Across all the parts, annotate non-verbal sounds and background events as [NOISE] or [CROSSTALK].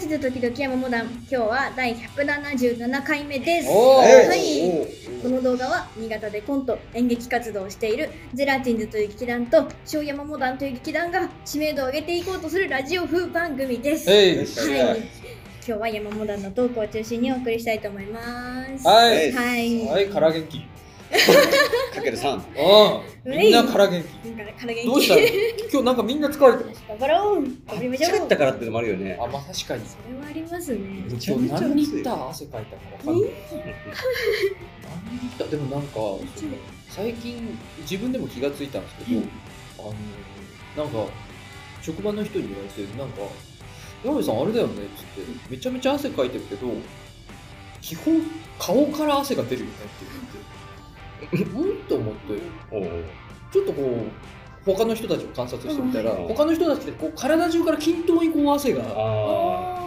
ズ時々山モダン今日は第177回目ですおーはいこの動画は新潟でコント演劇活動をしているゼラチンズという劇団と小山モダンという劇団が知名度を上げていこうとするラジオ風番組ですはいえい今日は山モダンのトークを中心にお送りしたいと思いますはいはいはいから元気うかける3。んみんなから元気だからから元気どうしたの今日なんかみんな疲れてます頑張ろう頑張りましょうったからっていうのもあるよね。あまあ確かにそれはありますね今め日ちゃめちゃ暑い何リッター汗かいたかわかんない何リッターでもなんか最近自分でも気がついたんですけど、あのなんか職場の人に言われてなんか「山部さんあれだよね」っつって「めちゃめちゃ汗かいてるけど基本顔から汗が出るよね」って言って「うん?」と思っておうちょっとこう他の人たちを観察してみたら、うん他の人たちってこう体中から均等にこう汗があ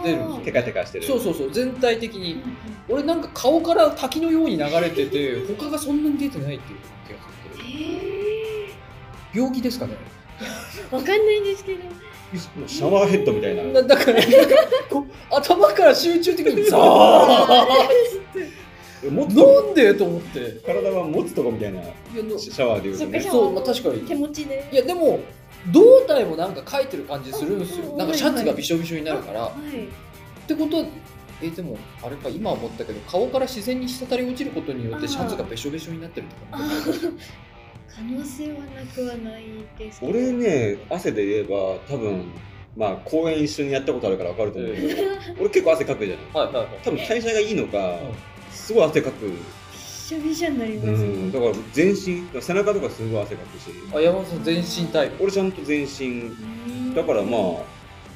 あー出るんですあ。よテカテカしてる。そうそうそう全体的に俺なんか顔から滝のように流れてて他がそんなに出てないっていう気がするえ病気ですかねーわかんないんですけどもうシャワーヘッドみたいな。だだからこう頭から集中的にザもっーとなんでと思ってい体は持つとこみたいなやのシャワーで言うとそねっ。そう、まあ、確か手に持ちでいやでも胴体もなんか書いてる感じするんですあよあなんかシャツがびしょびしょになるからっはいてことはえでもあれか今思ったけど顔から自然に滴り落ちることによってシャツがべしょべしょになってるとあかー可能性はなくはないですけど俺ね、汗で言えば多分、まあ公園一緒にやったことあるからわかると思うけど、俺結構汗かくじゃない。はいはいはい多分代謝がいいのかうん、すごい汗かく。びしょびしょになりうますねん。だから全身、背中とかすごい汗かくし、あ山本さん全身タイプ俺ちゃんと全身、だからまあ、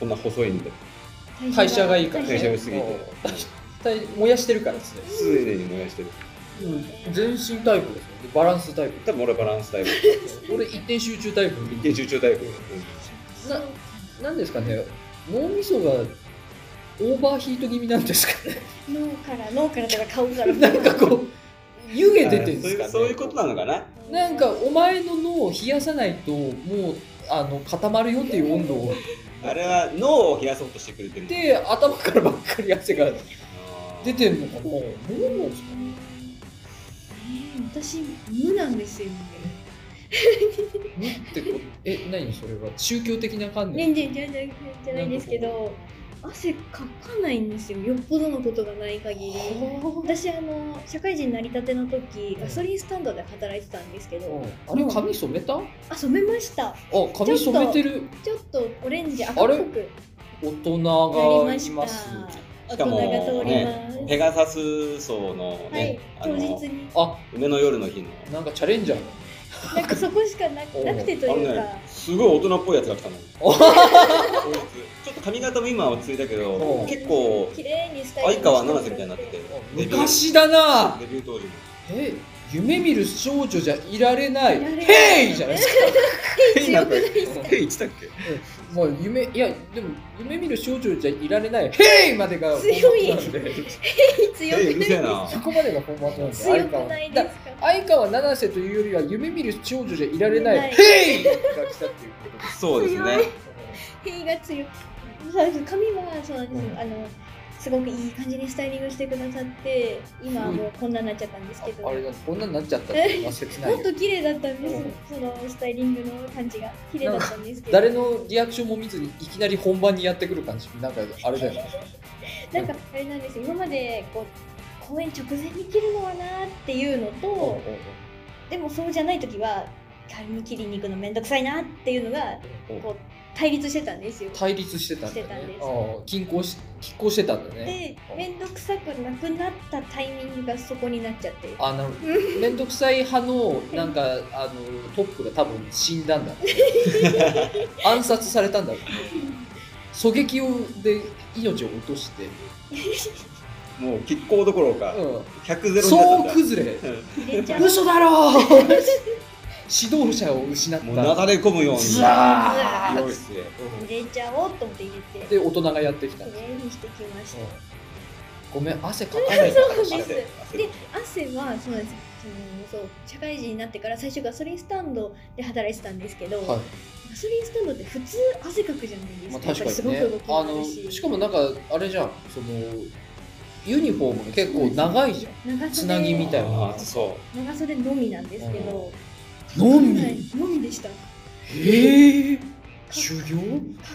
こんな細いんだよ。代謝がいいから代謝が良すぎて体燃やしてるからですね常に燃やしてる。全身タイプですよねバランスタイプ多分俺はバランスタイプ。俺一点集中タイプ一見集中タイプ。うんななんですかね脳みそがオーバーヒート気味なんですかね [LAUGHS] 脳から脳からとか顔からなんかこう湯気出てるんそでういすかうねそういうことなのかな。なんかお前の脳を冷やさないともうあの固まるよっていう温度をあれは脳を冷やそうとしてくれてる。で頭からばっかり汗が出てんのかなもうなんですかねえー私無なんですよね無ってこえ何それは宗教的な観念全然じゃじゃじゃないですけど汗かかないんですよよっぽどのことがない限り私あの社会人になりたての時ガソリンスタンドで働いてたんですけどあれ髪染めたああ染めました髪染めてるちょっとオレンジ赤っぽくなり大人がまいしますた大人が通ります、ペガサス層のはいね、、あ当日のにあ梅の夜の日の。なんかチャレンジャーなんかそこしかなくおうなくてとあのいうか、ね、すごい大人っぽいやつが来たの。お当日ちょっと髪型も今は落ち着いたけおど、結構綺麗にスタイル相川七瀬みたいになってて。デビュー昔だなデビュー当時も。え夢見る少女じゃいられないいられないヘイじゃないです強くないかえ、一だっけ？もう夢いやでも夢見る少女じゃいられないヘイまでが強い本番なんで強え、くうるなせいえな。そこまでがフォーマットなんで強くないですだか相川七瀬というよりは夢見る少女じゃいられないないヘイが来たっていうことですそうですね強。塀が強くそうです髪はそうなんです、うんあのすごくいい感じにスタイリングしてくださって今はもうこんなになっちゃったんですけど、ああれだ女になっちゃったっていうのは切ないもっよと綺麗だったんです、うんそのスタイリングの感じが綺麗だったんですけど誰のリアクションも見ずにいきなり本番にやってくる感じなんかあれだよねなんかあれなんですよ今までこう公演直前に切るのはなーっていうのと、でもそうじゃない時は仮に切りに行くのめんどくさいなっていうのがうんこう対立してたんですよ。対立してたんだよしてたんねですああ均衡し拮抗してたんだよねでめんどくさくなくなったタイミングがそこになっちゃってあなるほど面倒くさい派のなん [LAUGHS] かあのトップが多分死んだんだろ [LAUGHS] うね暗殺されたんだろうね狙撃をで命を落として、もう拮抗どころかう100ん、ゼロに総なっ崩れ入れちゃう。嘘だろう [LAUGHS] 指導者を失ったたんだ。もうなだれ込むように。ずわー用意して。うん入れちゃおうと思って入れてで大人がやってきた綺麗にしてきました。ごめん、汗かかないそうです汗。汗で汗はそうなんですそのそう社会人になってから最初ガソリンスタンドで働いてたんですけど、はいガソリンスタンドって普通汗かくじゃないですまあ、か、確やっぱりかすにごねく動きあもあるのししかもなんかあれじゃんそのユニフォームが結構長いじゃん長袖つなぎみたいなああそ長袖のみなんですけど、のみはいのみでしたええ修行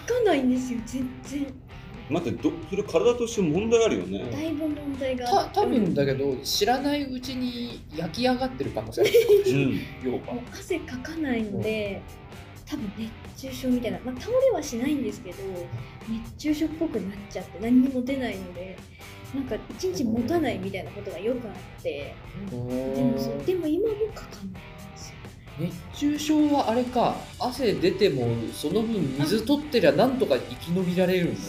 書かないんですよ全然う待ってどそれ体として問題あるよだねいぶ問題がた多分だけど知らないうちに焼き上がってる可能性あるうん要もはう汗かかないので、多分熱中症みたいな、まあ、倒れはしないんですけど熱中症っぽくなっちゃって何にも出ないのでなんか一日持たないみたいなことがよくあってでもそうでも今もかかんないんですよ熱中症はあれか汗出てもその分水取ってりゃなんとか生き延びられるんだ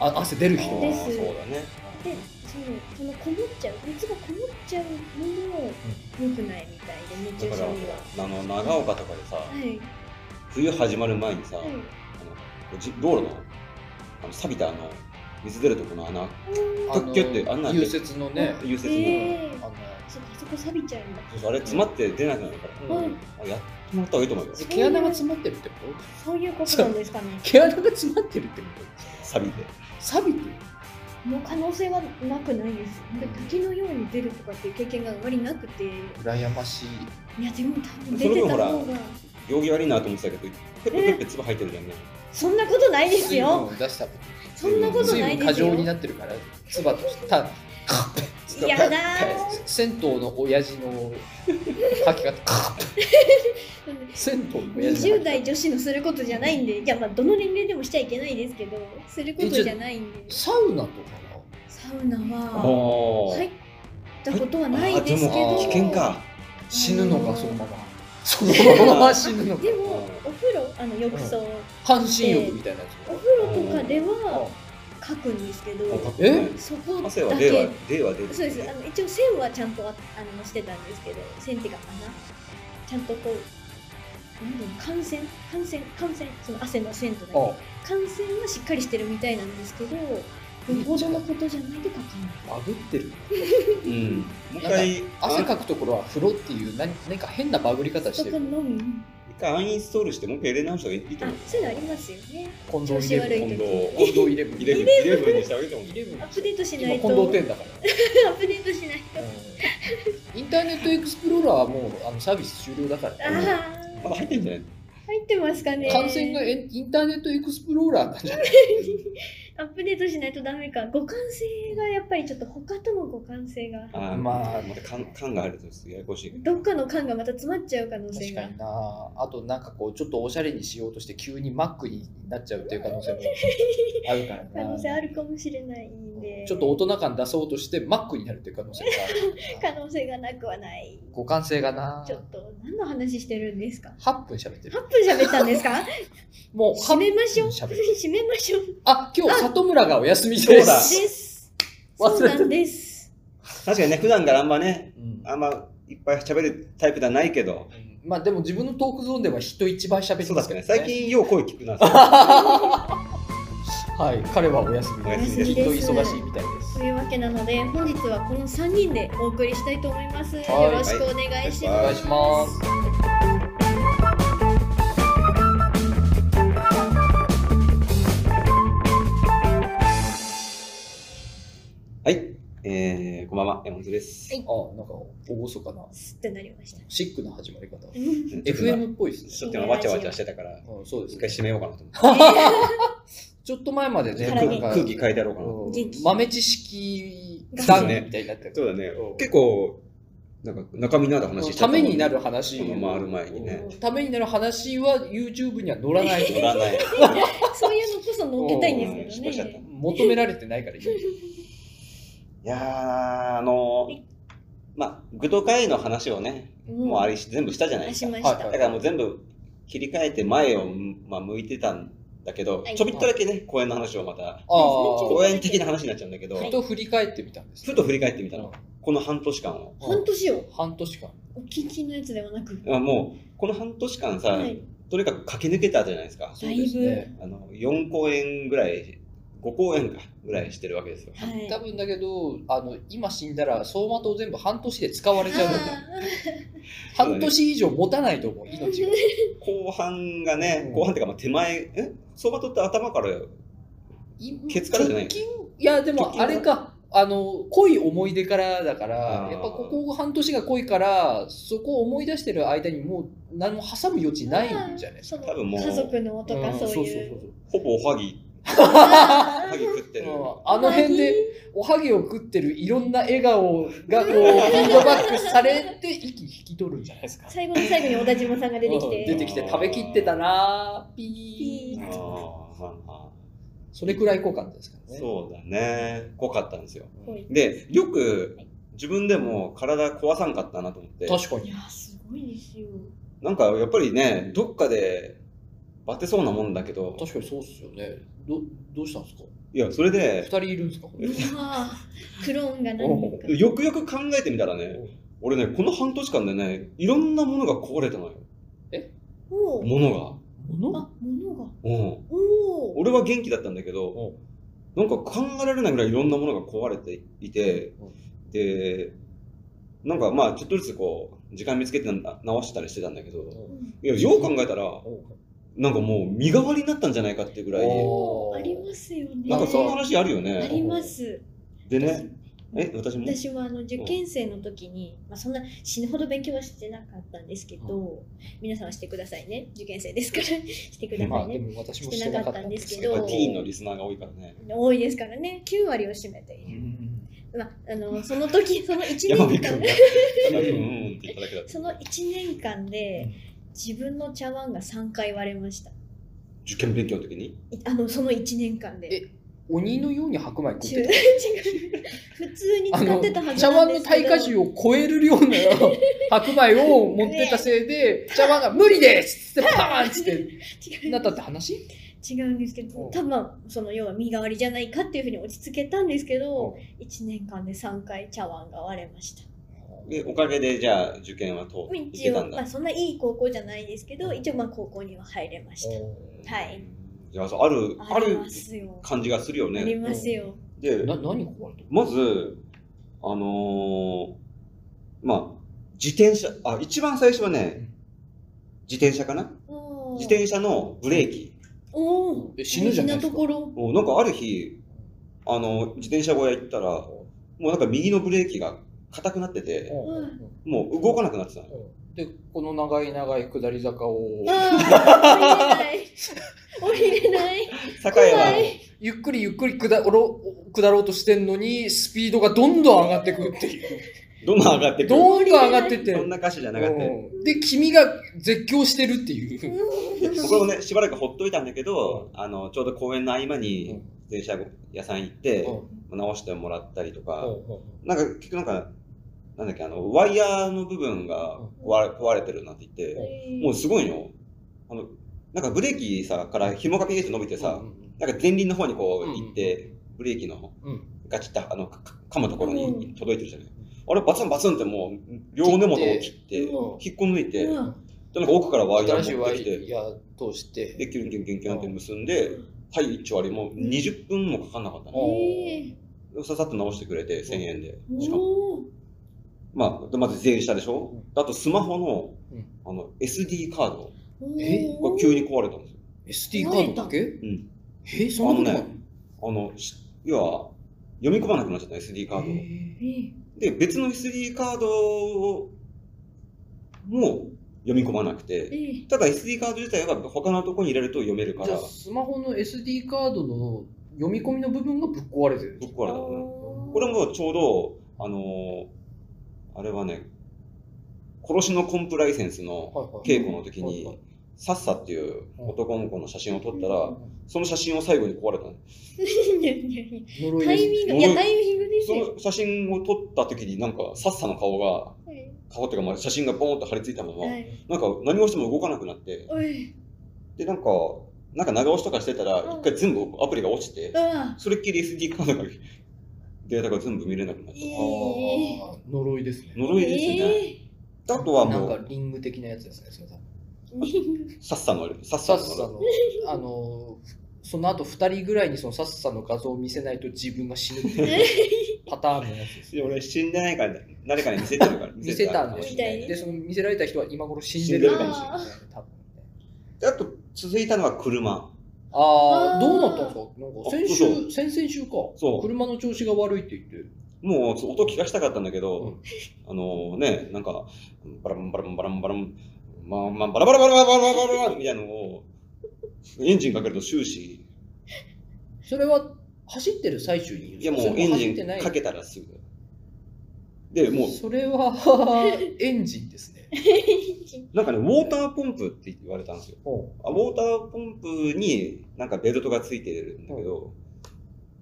あ汗出る人であすあそうだねでそのそのこもっちゃう熱がこもっちゃうのも良くないみたいで熱だ中か症には。らあの長岡とかでさはい、冬始まる前にさ、はいあのじ道路のあの錆びたあの水出るとこの穴うんあの特急ってあんなん融雪のね融雪の、えーあ、のそっかあそこ錆びちゃうんだ。そうそうあれ詰まって出なくなるかうら、んあやってもらった方がいいと思うよ毛穴が詰まってるってことそういうことなんですかね。毛穴が詰まってるってこと錆びて錆びてるの可能性はなくないです。なんか滝のように出るとかっていう経験があまりなくて、い羨ましいやでも多分出てたその方分ほが行儀悪いなと思ってたけどペッペペッペ粒入ってるじゃんねそんなことないです水分よ。を出したそんなこと水ない分で過す剰よ。になってるから唾としてたカッてやだペ銭湯の親父の吐き方カッペー。銭湯の親父の20代女子のすることじゃないんで、いやまあどの年齢でもしちゃいけないですけど、することじゃないんで、サウナとかなサウナあはー入ったことはないですけあでど、も危険か死ぬのかそのままそのまま死ぬのかでもお風呂あの浴槽、半身浴みたいなやおつ風呂とかでは書くんですけど、えそこだ汗はけ例は例は出るそうですあの一応線はちゃんとああのしてたんですけど線っていうか穴ちゃんとこうなんていうの感染感染感染その汗の線とだけあ感染はしっかりしてるみたいなんですけどよほどのことじゃないとかかんないあぶってるうんもう一回汗あかくところは風呂っていう何何か変なバグり方しとてかるのみ一回アンインストールしてもう一回入れ直した方がいいとあ思うそういうのありますよね近調藤子イレ悪ブいン時に近今藤イレブンイレブンイレブンにした方がいいと思うイレブンアップデートしな今いと近藤店だからアップデートしないとうんインターネットエクスプローラーはもうあのサービス終了だから、あまだ入ってんじゃないあ入ってますかね感染がエンインターネットエクスプローラーなんじゃないアップデートしないとダメか互換性がやっぱりちょっと他とも互換性があーまあまた缶缶があるとちょっとややこしいけどどっかの缶がまた詰まっちゃう可能性確がかになあとなんかこうちょっとおしゃれにしようとして急にマックになっちゃうっていう可能性もあるからな可能性あるかもしれないんでちょっと大人感出そうとしてマックになる [LAUGHS] っていう可能性もある可からな能性がなくはない互換性がなちょっと何の話してるんですか8分喋ってる8分喋ったん [LAUGHS] ですかもう締めましょう [LAUGHS] 8分喋る締めましょうあ今日里村がお休みでそうだすです忘れそてうたなんです確かにね普段からあんまねうんあんまいっぱい喋るタイプではないけどまあでも自分のトークゾーンでは人一倍喋ってそうまだすっけけどねね最近よう声聞くなはい彼はお休みおで休すみですきっと忙しいみたいですというわけなので本日はこの3人でお送りしたいと思います、はいよろしくお願いしますお願いしますはいえー、こんばんは山本ですはいあなんか厳かなすってなりましたシックな始まり方うん FM っぽいですねちょっと今わちゃわちゃしてたからうんそうで一す回ね締めようかなと思ってちょっと前までね空気なんか空気変えてやろうかなうん元気豆知識談義みたいになってるそうだねうん結構なんか中身のある話しちゃたったもめんになる話この回る前にねうんためになる話は YouTube には載らない乗らない [LAUGHS] そういうのこそ乗っけたいんですけうん失敗しちどゃったね求められてない [LAUGHS] から今 [LAUGHS] いやーあのーまあグド会の話をねもうあれ全部したじゃないで出すしかました、はいだからもう全部切り替えて前を、まあ、向いてたんだけど、はいちょびっとだけね公園の話をまたあ公園的な話になっちゃうんだけど、あはいふと振り返ってみたんですふと振り返ってみたうんのこの半年間を半年を半年間お聞きのやつではなく、あもうこの半年間さ、はいとにかく駆け抜けたじゃないですかだいぶそうですねあの4公演ぐらい5公演かぐらいしてるわけですよ。はい多分だけどあの今死んだら走馬灯全部半年で使われちゃうんだよあ半年以上持たないと思うー命が後半がねう、ん後半っていうかまあ手前、え相場取って頭からよケツからじゃない直近いやで直も近あれかあの濃い思い出からだからあーやっぱここ半年が濃いからそこを思い出してる間にもう何も挟む余地ないんじゃないその多分もう家族のとかんそういう。そうほぼおはぎ、おあはぎ食ってる。うん [LAUGHS] あの辺でおはぎを食ってるいろんな笑顔がこうフィードバックされて息引き取るんじゃないですか最後の最後に小田島さんが出てきうん出て、てきて食べきってたなーピピーあーまあまそれくらい好感ですかあらねそうだね。濃かったんですよ。こういうで、よく自分でも体壊さんかったなと思って、確かいにや、すごいですよ。なんかやっぱりね、どっかでバテそうなもんだけど、確かにそうっすよねどどうしたんですかいや、それ二で、人いるんですかこれうわークローンが何人か。よくよく考えてみたらね、俺ね、この半年間でね、いろんなものが壊れたのよ。 [LAUGHS] おーもの物あ、物が。が。うん。おお。俺は元気だったんだけど、おなんか考えられないぐらいいろんなものが壊れていて、で、なんかまあちょっとずつこう、時間見つけてな直したりしてたんだけど、うんいや、よう考えたら、なんかもう身代わりになったんじゃないかっていうぐらい、おーありますよね。なんかそんな話あるよあね。ります。でね、え、私も私はあの受験生の時に、まあ、そんな死ぬほど勉強はしてなかったんですけど、皆さんはしてくださいね受験生ですからしてくだまさあいでね、も私もしてなかったんですけしてなやかっぱっどたんテでィーンのリスナーが多いからね。多いですからね9割を占めている、うんまあ、あのその時 [LAUGHS] その1山見年君が、 [LAUGHS] 間うんうんって言っただけだっ [LAUGHS] た。その1年間で自分の茶碗が3回割れました受験勉強の時にいあのその1年間でえ鬼のように白米食っ違うて [LAUGHS] 違う普通にたあ使っのてたはず茶なん碗でのすけど耐荷重を超える量 [LAUGHS] の白米を持ってたせいで茶碗が無理ですっつってパーンっ [LAUGHS] つって違うなったって話違うんですけどうん多分その要は身代わりじゃないかっていうふうに落ち着けたんですけどう1年間で3回茶碗が割れましたでおかげでじゃあ受験は通ってい一けた応んまだあ。そんないい高校じゃないですけど一応まあ高校には入れましたはい。じゃあそうあるあありるますよあ感じがするよりね。ますよでな何が壊れたまずあのーまあ自転車あ一番最初はね自転車かなおー自転車のブレーキおおえ死ぬじゃないですかところもうなんかある日あの自転車小屋行ったらもうなんか右のブレーキが硬くなっててうんうんもう動かなくなってたのうんでこの長い長い下り坂を [LAUGHS] ああ降りれない降りれない酒屋は怖いゆっくりゆっくり下ろ下ろうとしてんのにスピードがどんどん上がってくっていうどんどん上がってくるどんどん上がってってそんな歌詞じゃなかったようんで君が絶叫してるっていう、うでんこれもねしばらくほっといたんだけどあのちょうど公園の合間に自転車屋さん行って、直してもらったりとか、なんか結局なんか、なんだっけ、あの、ワイヤーの部分が壊れ壊れてるなって言って、もうすごいよ。あの、なんかブレーキさ、から紐がピーッと伸びてさ、なんか前輪の方にこう行って、ブレーキのうんガチッとあの、かか噛むところうにん届いてるじゃない。あれバツンバツンってもう、両根元を切って、う引んっこ抜いて、で、うなんんんか奥からワイヤ新しいー持っワてきて、イヤー通してで、キュンキュンキュンキュンって結んで、はい、一丁あれもう20分もかかんなかったね。えささっと直してくれて、1000円で。ーしかもおーまあ、まず全車でしょ、うんあとスマホの,、うんあの SD カードえが急に壊れたんですよ。 SD カードだけ、んえそんなことあのあのし要は読み込まなくなっちゃった SD カなードをい、ええーで、別の SD カードをも読み込まなくえて、ーただ SD カード自体は他のところに入れると読めるかじゃらあ、スマホの SD カードの読み込みの部分がぶっ壊れてるぶっ壊れたのね。おーこれもちょうど、あのーあれはね、殺しのコンプライセンスのはいはい稽古の時はいはいに、サッサっていう男の子の写真を撮ったら、うんその写真を最後に壊れたの。いやいやいや呪いタイですミング、いや、タイミングですそよ。の写真を撮った時になんかさっさの顔がはい顔っていうかまあ写真がボーンと張り付いたまま、はい。なんか何をしても動かなくなっておい、でなんかなんか長押しとかしてたらうん一回全部アプリが落ちてうわ。それっきり SD カードがデータが全部見れなくなっいたいあー呪いですね呪いですね、えあとはなんもかうリング的なやつですねそれ多分ーリングさっさのあれさっさっさのさのあのその後2人ぐらいにそのサッサの画像を見せないと自分が死ぬっていうパターンのやつです。俺死んでないから、誰かに [LAUGHS] 見せてるから。見せたんかでもすしよれないみで、その見せられた人は今頃死んでるかもしれないね。多分ねであと、続いたのは車。あーああ、どうなったんですかなんか先あそ週、先々週かそう。車の調子が悪いって言って。もう音聞かしたかったんだけど、あのね、なんか、バランバランバランバラン、まあまあ、バラバラバラバラバラバラみたいなのを、エンジンかけると終始、それは走ってる最中に言ういやもうそれエン走ジってなンいかけたらすぐ。で、もう、それ [LAUGHS] はエンジンですね。なんかね、ウォーターポンプって言われたんですよ。ほあウォーターポンプになんかベルトがついてるんだけど、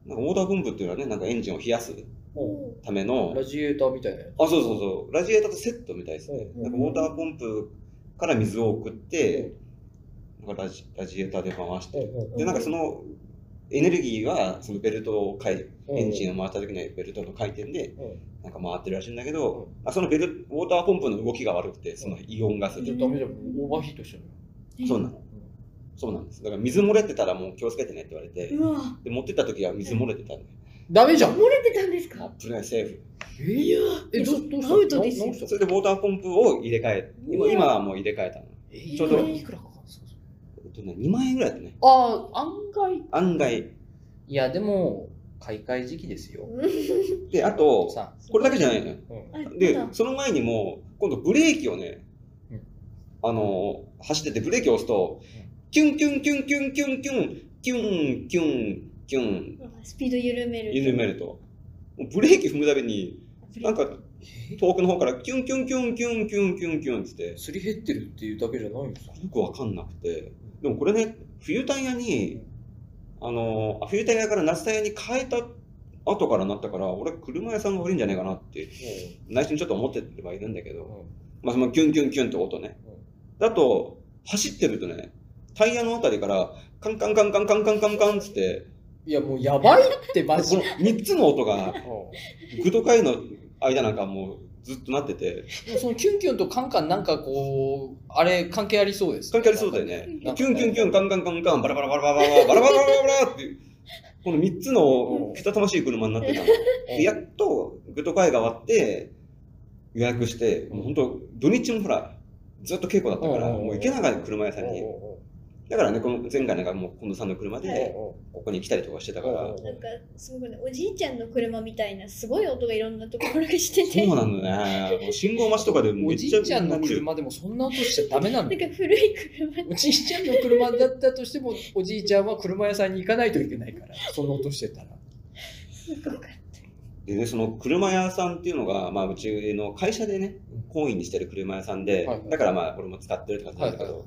なんかウォーターポンプっていうのはね、なんかエンジンを冷やすうほためうの、ラジエーターみたいなやつ。あ、そうそうそう、ラジエーターとセットみたいですね。うんなんかウォーターポンプから水を送って、なんかラジラジエーターで回して、 [LAUGHS] で、なんかそのエネルギーはそのベルトを回エンジン。ンを回した時のベルトの回転でうん、なんか回ってるらしいんだけど、あそのベルウォーターポンプの動きが悪くて、そのイオンガスうんでちょっとダメじゃん。オーバーヒートしちゃうよ。そうなの。そうなんです。だから水漏れてたらもう気をつけてねって言われて、うわで持ってった時は水漏れてたんで、ダメじゃん漏れてたんですあか危ない、セーフ。えーえ、どどうしたのアウトですよ直したそれでウォーターポンプを入れ替え、今いや今はもう入れ替えたの。ちちょうどいくらかかるんですかそれえっとね、2万円ぐらいだね。ああ、案外。案外。いや、でも、買い替え時期ですよ。で、あと、さこれだけじゃないのよ。うんあでまだ、その前にも、今度ブレーキをねうん、あの、走っててブレーキを押すと、キュンキュンキュンキュンキュンキュン、キュンキュンキュン、スピード緩める緩めると。もうブレーキ踏むたびに、なんか遠くの方からキュンキュンキュンキュンキュンキュンキュンって言って、すり減ってるっていうだけじゃないんですかよくわかんなくて。でもこれね、冬タイヤに、あの、あ冬タイヤから夏タイヤに変えた後からなったから、俺車屋さんが悪いんじゃないかなって、内心ちょっと思ってればいるんだけど、まあ、そのキュンキュンキュンって音ね。だと、走ってるとね、タイヤのあたりから、カンカンカンカンカンカンカンカンっつって、いや、もうやばいって、こマのジ。 [LAUGHS] 3つの音が、グとカイの間なんかもうずっとなってて、でもそのキュンキュンとカンカンなんかこう、あれ関係ありそうです。関係ありそうだよね。キなんュかンキュンキュン、カンカンカンカン、バラバラバラバラバラバラバラバラバラって、この3つのけたたましい車になってたの。うんでやっとグッド会が終わって予約して、もう本当土日もほらずっと稽古だったから、うんうんうんもう行けなかった車屋さんおにうおうだからねこの前回なんかもう近藤さんの車でおうここに来たりとかしてたから、おうなんかすごくねおじいちゃんの車みたいなすごい音がいろんなところからしててそうなんだねもう信号待ちとかでおめっじちゃいちゃんの車でもそんな音しちゃダメなんなだん [LAUGHS] よ。か古い車おじいちゃんの車だったとしても、おじいちゃんは車屋さんに行かないといけないから、その音してたら。すごくでねその車屋さんっていうのが、まあ、うちの会社でね懇意にしてる車屋さんで、はいはいだからまあ俺も使ってるって感じなんだけど、はい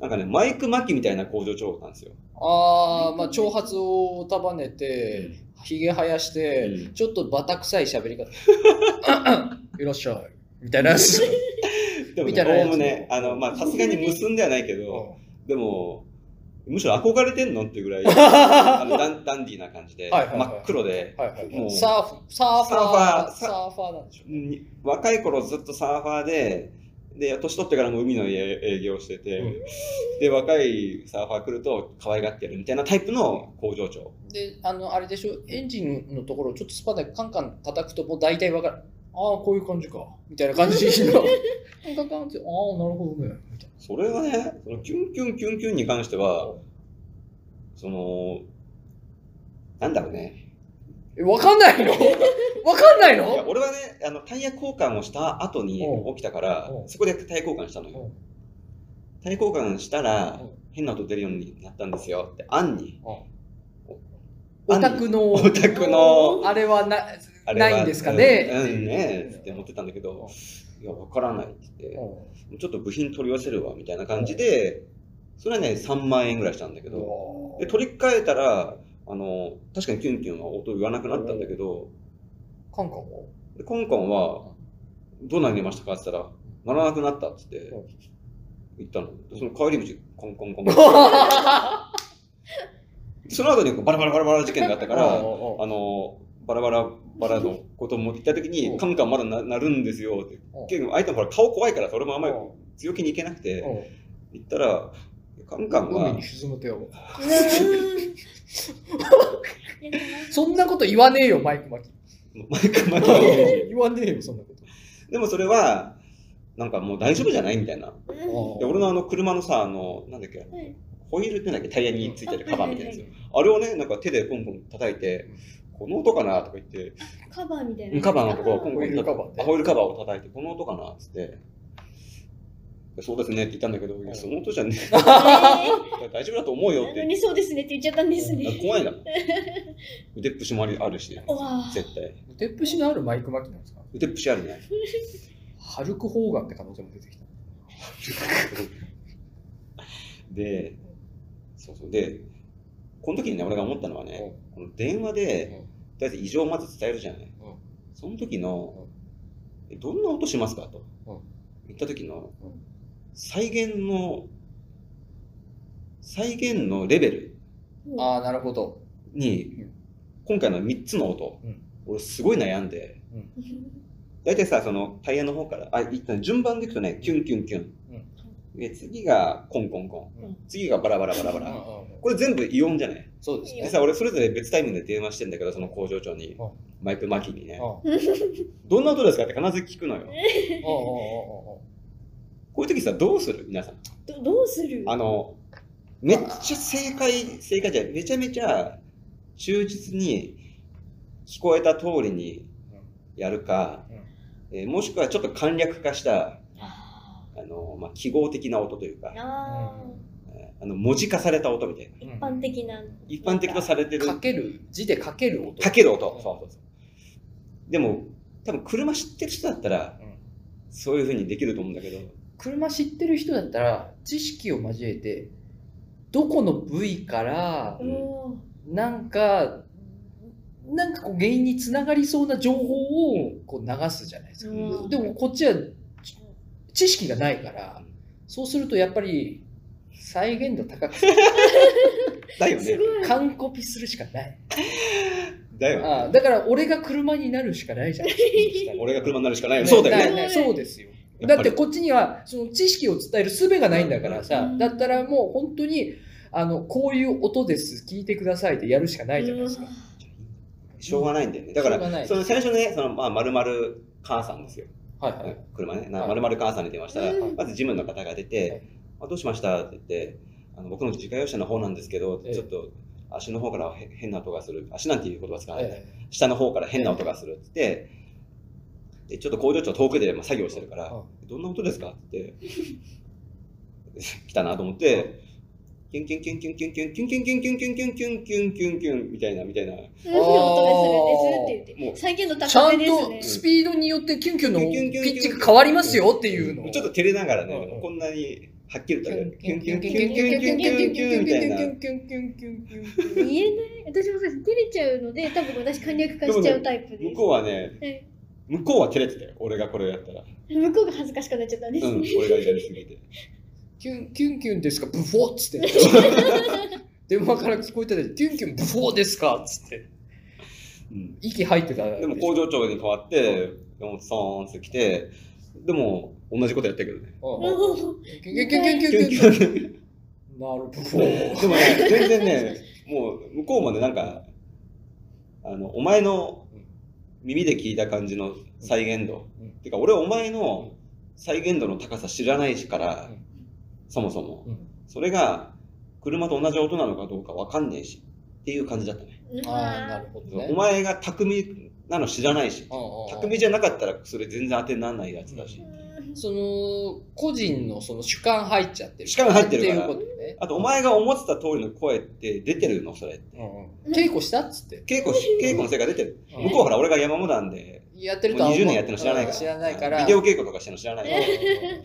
なんかねマイク巻きみたいな工場長なんですよ、ああ、まあ、長髪を束ねて、ひげ生やして、うんちょっとバタ臭い喋 [LAUGHS] り方。いらっしゃい。みたいなやつ。でもみたいなやねつおおむねあのまあさすがに結んではないけど、でも、むしろ憧れてんのってぐら [LAUGHS] い、あのダンダンディーな感じで、はいはいはい真っ黒で、はいはいもうサーフ、サーファー、ササーフーファーなんでしょうね。に若い頃ずっとサーファーで、で、年取ってからも海の家営業してて、うんで、若いサーファー来ると可愛がってるみたいなタイプの工場長。で、あの、あれでしょ、エンジンのところをちょっとスパでカンカン叩くと、もう大体わかる。ああ、こういう感じか。みたいな感じの。カンカンカンって、ああ、なるほどね。みたいそれはね、そのキュンキュンキュンキュンに関してなは、。その、なんだろうね。え、わかんないのわかんないいのや俺はねあの、タイヤ交換をした後にうん起きたからう、んそこでタイヤ交換したのよ。タイヤ交換したら、変な音出るようになったんですよって、アンに。オタクの、オタクの、あれはなあれはないんですかね。うん、うんうねんつって思ってたんだけど、いや、わからないって言って、ちょっと部品取り寄せるわ、みたいな感じで、それはね、3万円ぐらいしたんだけど、で、取り替えたら、あの、確かにキュンキュンは音言わなくなったんだけど、カンカンをでコンコンは、どうなりましたかって言ったら、ならなくなったって言ってうん、言ったの。でその帰り道、コンコンコンコン。その後にバラバラバラバラ事件があったから、あのバラバラバ [LAUGHS] ラのことも言った時うにんカンカンまだななるんですよって結構相手もほら顔怖いからそれもあんまり強気にいけなくて言ったらカンカン海はに、沈む手を。うーんいやでもそんなこと言わねえよ、マイク巻き。 [LAUGHS] マイクマキ言わねえよ、そんなこと。でもそれは、なんかもう大丈夫じゃないみたいな。うんで俺のあの車のさ、あの、なんだっけ、はいホイールってなんだっけ、タイヤについてるカバーみたいなやあつは。あれをね、なんか手でコンコン叩いて、この音かなとか言って、カバーみたいな。カバーのところをコンコンホイールカバーねあホイールカバーを叩いて、この音かなっつって。そうですねって言ったんだけど、いやその音じゃねええ大丈夫だと思うよっーなのてにそうですねって言っちゃったんですだからね。怖いん [LAUGHS] だもん。腕っぷしもありあるし、うわー絶対。腕っぷしのあるマイク巻きなんですか腕っぷしあるね。ハルク・ホーガンって可能性も出てきた。で、そうそう。で、この時にね、俺が思ったのはね、この電話で、とりあえず異常をまず伝えるじゃない。うんその時の、えどんな音しますかと、うん言った時の、うん再現の、再現のレベルああ、なるほど。に、うん今回の3つの音、うん俺すごい悩んで、大体さ、そのタイヤの方から、あ、一旦順番でいくとね、キュンキュンキュン。で、次がコンコンコン。うん次がバラバラバラバうんうんラ。うんこれ全部異音じゃないそうですでね。さ、俺それぞれ別タイミングで電話してんだけど、その工場長にうん、マイク・マキにねう、んどんな音ですかって必ず聞くのよ。うんうんうんうんこういう時さ、どうする皆さん。どどうするあの、めっちゃ正解、正解じゃない、めちゃめちゃ忠実に聞こえた通りにやるか、えーもしくはちょっと簡略化した、ああの、まあ、記号的な音というかー、あえーあの、文字化された音みたいな。ー、一般的な。一般的とされてうんる、かける、字でかける音。かける音。うんそうそうそう。でも、多分車知ってる人だったら、うんそういうふうにできると思うんだけど、車知ってる人だったら、知識を交えて、どこの部位から、うんおーなんか、なんかこう原因につながりそうな情報をこう流すじゃないですか。うんでもこっちはち知識がないからうん、そうするとやっぱり再現度高くだよすねご。い。完コピするしかない。だよね。。ああだから俺が車になるしかないじゃないですか [LAUGHS] 俺が車になるしかないよねね。そうだよね。ないないそうですよ。やっぱだりってこっちにはその知識を伝える術がないんだからうさん、だったらもう本当にあのこういう音です、聞いてくださいってやるしかないじゃないですか。しょうがないんだよね。だかしょうがなら、いその最初ね、その、まあ、まるまる母さんですよ。はいはい。車ね。はないまるまる母さんに電話したら、うんまず事務の方が出て、はいあどうしましたって言って、あの僕の自家用車の方なんですけど、ええちょっと足の方からへ変な音がする。足なんていう言葉使わない、ええ下の方から変な音がするって言って、でちょっと工場長遠くでまあ作業してるから、どんな音ですかって言って、来たなと思って、キュンキュンキュンキュンキュンキュンキュンキュンキュンキュンキュンキュンキュンキュンキュンみたいなみたいな。うん音がするんですって言もっうて。再現度ちゃ高めんですとね。スピードによってキュンキュンのピッチが変わりますよっていうのをちょっと照れながらうんうねん、こんなにはっきりキとュンね、キキュンュンキキュンュンキキュュンンキキュュンンキュキュンンキキュンュンキキュンュンキュンキみたュいンな。言えないキュンキュンキュンキュンキュンキュンキュンキュンキュンで大丈夫です。照れちゃうので、多分私簡略化しちゃうタイプで向す。こうはね、はい向こうは照れてたよ、俺がこれをやったら。う向こうが恥ずかしくなっちゃったんですんね。、俺がやりすぎて。キュンキュンキュンですかブフォーっつって電話から聞こえてたキュンキュンブフォーですかっつってうん息吐いてたでも工場長に代わって、山本さんって来て、でも同じことやったけどね。うんおーキュンキュンキュンキュンキュンキュンキキュンュン。なるブフォーでもね、全然ね、もう向こうもね、なんか、あの、お前の耳で聞いた感じの再現度。うんてか、俺お前の再現度の高さ知らないしから、うんそもそも。うんそれが、車と同じ音なのかどうかわかんねえし、っていう感じだったね。うああなわるほどそうねお前が匠なの知らないし、うんうんう匠んじゃなかったらそれ全然当てにならないやつだし。ーその個人のその主観入っちゃってる主観入ってるかっらていうことねあと、お前が思ってた通りの声って出てるの、それって。うんうん稽古したっつって稽古し、稽古のせいが出てる。うん向こうほら、俺が山本なんで、やってるとはもう思う20年やってるの知らないかうら。ん知らないからビデオ稽古とかしてるの知らないから。うん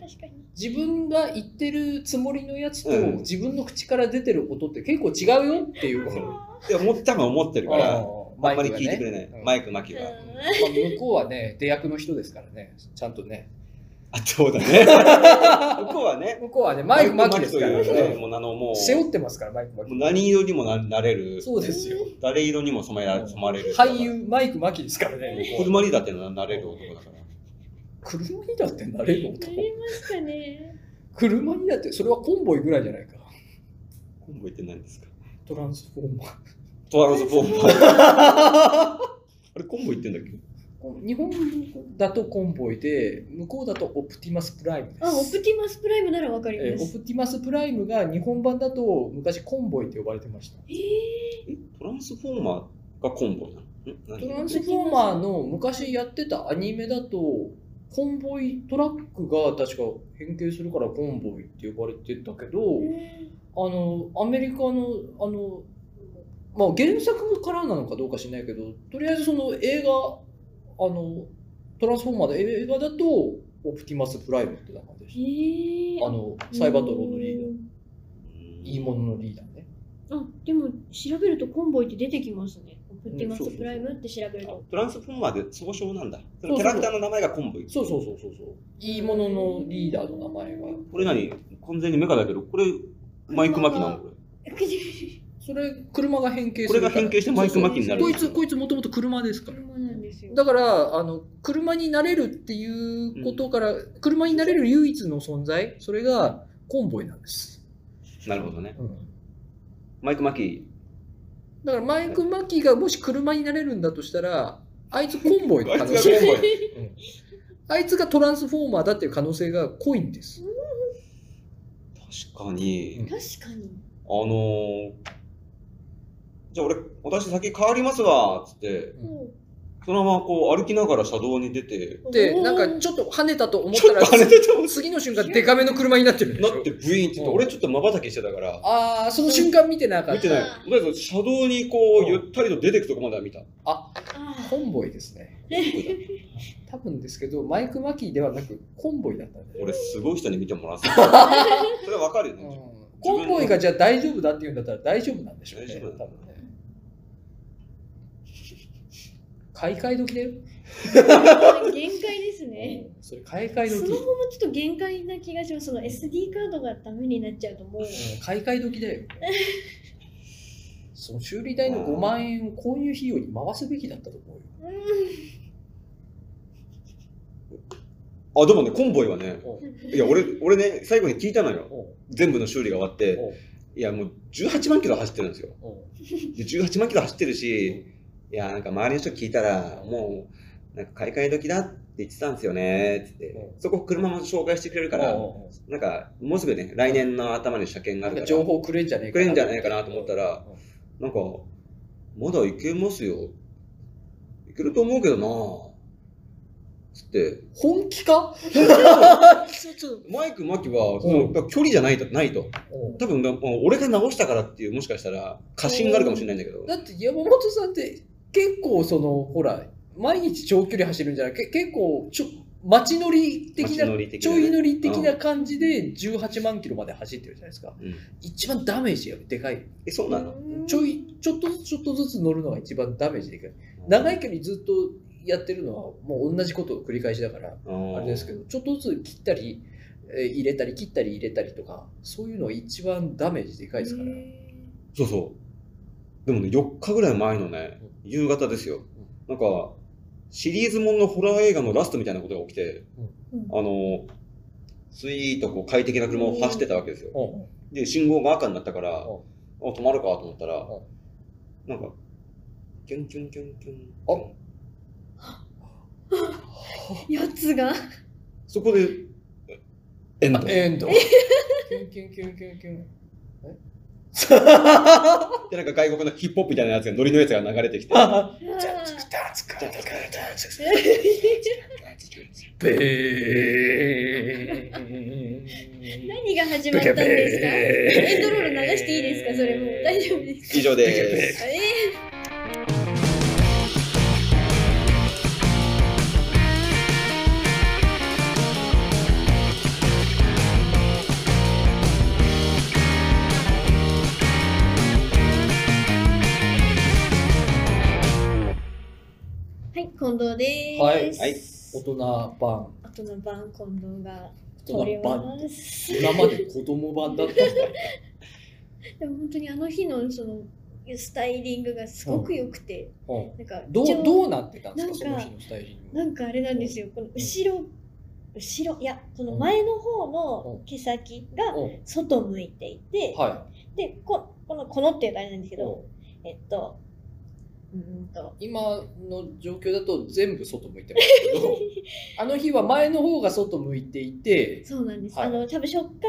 確かに。自分が言ってるつもりのやつと、うん自分の口から出てる音って結構違うよっていうことでも、多分思ってるから、あんマイクまりが聞いてくねれなうんい。マイク、マキは。まあ向こうはね出役の人ですからねちゃんとねあ、そう [LAUGHS] だね。向こうはね、向こうはねマイクマキですとかいらうね、ねもうあの、も背負う、ってますからマイクマもうキ何色にもななれる。そうですよ誰色にも染めら染まれる。俳。優マイクマキですからね向こうは車にだってななれる男だから。車にだってなれるな男りましたね。車にだってそれはコンボイぐらいじゃないか覚えてないんですかトランスフォーマー。トランスフォーマー。あれ、コンボ言ってんだっけ日本だとコンボイで、向こうだとオプティマスプライムです。あ、オプティマスプライムならわかりえまーオす。プティマスプライムが日本版だと昔コンボイって呼ばれてました。ええトランスフォーマーがコンボなのん何トランスフォーマーの昔やってたアニメだと、コンボイトラックが確か変形するからコンボイって呼ばれてたけど、ーえあのアメリカのあの、まあ、原作からなのかどうか知らないけどとりあえずその映画あのトランスフォーマーの映画だとオプティマスプライムって名前でー。しえたあのサイバトロンのリーダーいいいもののリーダーねダー。あ、でも調べるとコンボイって出てきますね。オプティマスプライムって調べると。トランスフォーマーで総称なんだ。そそうそうのキャラクターの名前がコンボイ。そうそうそうそうそういいもののリーダーの名前がこれ何完全にメカだけど、これマイク・マキなのこれ。それ車が変形こすれるかがら変形してマイク・マキになる。そうそうこいつこいつもともと車ですから車なんですよ。だからあの車になれるっていうことから、車になれる唯一の存在それがコンボイなんです、なるほどね。うんマイク・マキ。だからマイク・マキがもし車になれるんだとした [LAUGHS] らあいつコンボイの可能あいつが性コンボイあいつがトランスフォーマーだっていう可能性が濃いんです確かに。確かに。あのー、じゃあ俺、私先変わりますわーっつって、そのままこう歩きながら車道に出て、でおーなんかちょっと跳ねたと思っちたょっらと跳ねてたもん次の瞬間デカめの車になってるでしょなってブイーンって言って、俺ちょっと瞬きしてたから、ああその瞬間見てなかっ見たてない。だけど車道にこう、ゆったりと出てくとこまでは見た。ああコンボイですね多分ですけどマイク・マキではなくコンボイだったんだよ俺、すごい人に見てもらっ [LAUGHS] てた。それはわかるようんね。コンボイがじゃあ大丈夫だって言うんだったら大丈夫なんでしょうね大丈夫多分ね買い替え時だよ、あ。限界ですね。うんそれ買い替えス時マホもちょっと限界な気がします。その SD カードがダメになっちゃうともう。買い替え時だよ。その修理代の5万円を購入費用に回すべきだったと思うよ。あ、でもね、コンボイはね、おういや、俺、俺ね、最後に聞いたのよ。おう全部の修理が終わって、おういや、もう18万キロ走ってるんですよ。おうで、18万キロ走ってるし、いや、なんか周りの人聞いたら、もう、なんか買い替え時だって言ってたんですよね、つってう。そこ車も紹介してくれるかおら、うおうなんか、もうすぐね、来年の頭に車検があなるんか、から情報くれんじゃねえかくれんじゃねえかなと思ったらうんなんか、まだいけますよ。いけると思うけどなつって、本気かちょちょマイク・マキは、そうんの距離じゃないと、ないと。おう多分、もう俺が直したからっていう、もしかしたら、過信があるかもしれないんだけど。だって山本さんって結構そのほら毎日長距離走るんじゃなくて結構ちょ街乗り的な街乗り的ちなょねい乗り的な感じで18万キロまで走ってるじゃないですかうん一番ダメージがでかいえ、そうなのちょいちょっとずつちょっとずつ乗るのが一番ダメージでかい長い距離ずっとやってるのはもう同じことを繰り返しだからああれですけどど。ちょっとずつ切ったりえー入れたり切ったり入れたりとかそういうのが一番ダメージでかいですからそうそう。でもね、4日ぐらい前のね、夕方ですよ。なんか、シリーズもののホラー映画のラストみたいなことが起きて、うんあの、スイーとこう快適な車を走ってたわけですよ。うんで、信号が赤になったから、あ、う止まるかと思ったらう、なんか、キュンキュンキュンキュン。あやつが。そこで、えエンド。エンドキュンキュンキュンキュンキュンで、なんか外国のヒップホップみたいなやつが、ノリのやつが流れてきて、じゃあつくたつくたつくたつくた [LAUGHS] 何が始まったんですか [LAUGHS] エンドロール流していいですかそれもう大丈夫です。以上です。 [LAUGHS] えーはい、近藤です。はいはい大人版あとの晩近藤が大人版ます。今まで子供版だったんだでも本当にあの日のそのスタイリングがすごく良くて、うんなんかどう一応どうなってたんですかそなんのか日のスタイリングなんかあれなんですよ、この後ろ後ろいやこの前の方の毛先がうん外向いていて、はでここのこのっていうとあれなんですけい。ど、えっとうーんと今の状況だと全部外向いてます [LAUGHS] けどあの日は前の方が外向いていてそうなんです、はいあの多分触覚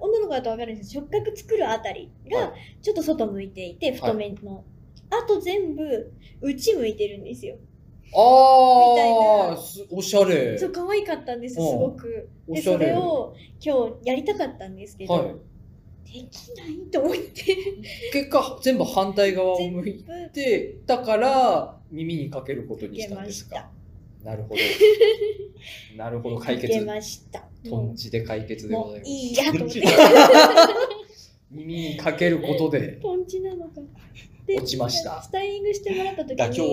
女の子だと分かるんですけど触覚作るあたりはがちょっと外向いていて太めの、あと全部内向いてるんですよあみたいなあおしゃれそう可愛かったんですすうんごくおでしゃそれれを今日やりたかったんですけど、はできないと思って [LAUGHS] い、結果全部反対側を向いてだから耳にかけることにしたんですかな [LAUGHS] るほどなるほど解出決ましたとんもちで解決うでごもうざいますいいやと思って耳にかけることでポンチなのか。で落ちましたスタイリングしてもらった時妥協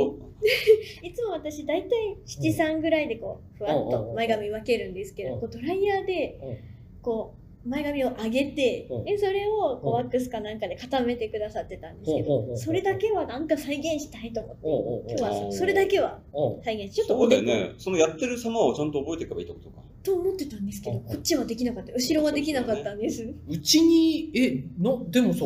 に、 [LAUGHS] いつも私大体七三ぐらいでこうふわっうんうんうんうとん前髪分けるんですけうど、んこうドライヤーでうんこう前髪を上げてうん、でそれをこううんワックスかなんかで固めてくださってたんですけうんうんうんうど、んそれだけはなんか再現したいと思って、おうおうおう今日うはんそれだけはおう再現し、ちょっとそおうだでよこね。そのやってる様をちゃんと覚えていけばいいってことか。と思ってたんですけど、うんうんこっちはできなかった、後ろはできなかったんです。うちにえのでもさ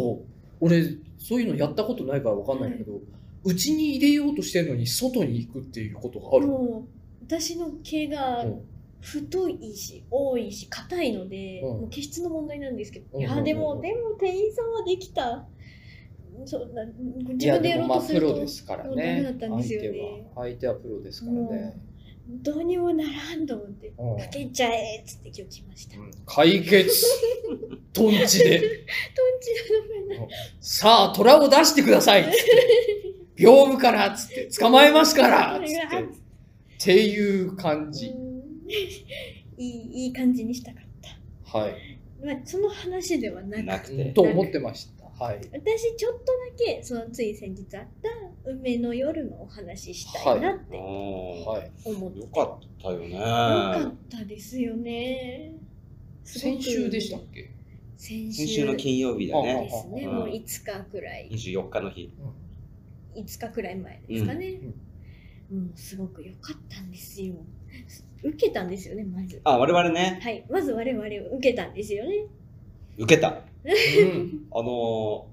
俺そういうのやったことないからわかんないけど、うちに入れようとしてるのに外に行くっていうことがある、もう私の毛がうん太いし多いし硬いので、うんもう毛質の問題なんですけど、うんうんうんいやでもでも店員さんはできたそうな自分でやろうとするいやでもまあプとロですからもうダメだねったんですよね相手は相手はプロですからね、どうにもならんと思ってう「んかけちゃえ」っつって今日来ました。うん解決トンチでトンチの名前なさあ虎を出してくださいっつって屏風からっつって捕まえますからこっつっれぐらていっ。ていう感じ、うん [LAUGHS] いいいい感じにしたかった。はいまあその話ではなくなくて。と思ってましたはい私ちょっとだけそのつい先日あった梅の夜のお話ししたいなってははい思って、い。よかったよね。よかったですよね。すごく先週でしたっけ先週先週の金曜日だああで。ねすね。うんもう5日くらい、 24日の日。 5日くらい前ですかね。もうすごく良かったんですよ。受けたんですよね、まず。あ、我々ね、はい、まず我々を受けたんですよね。受けた。あうんの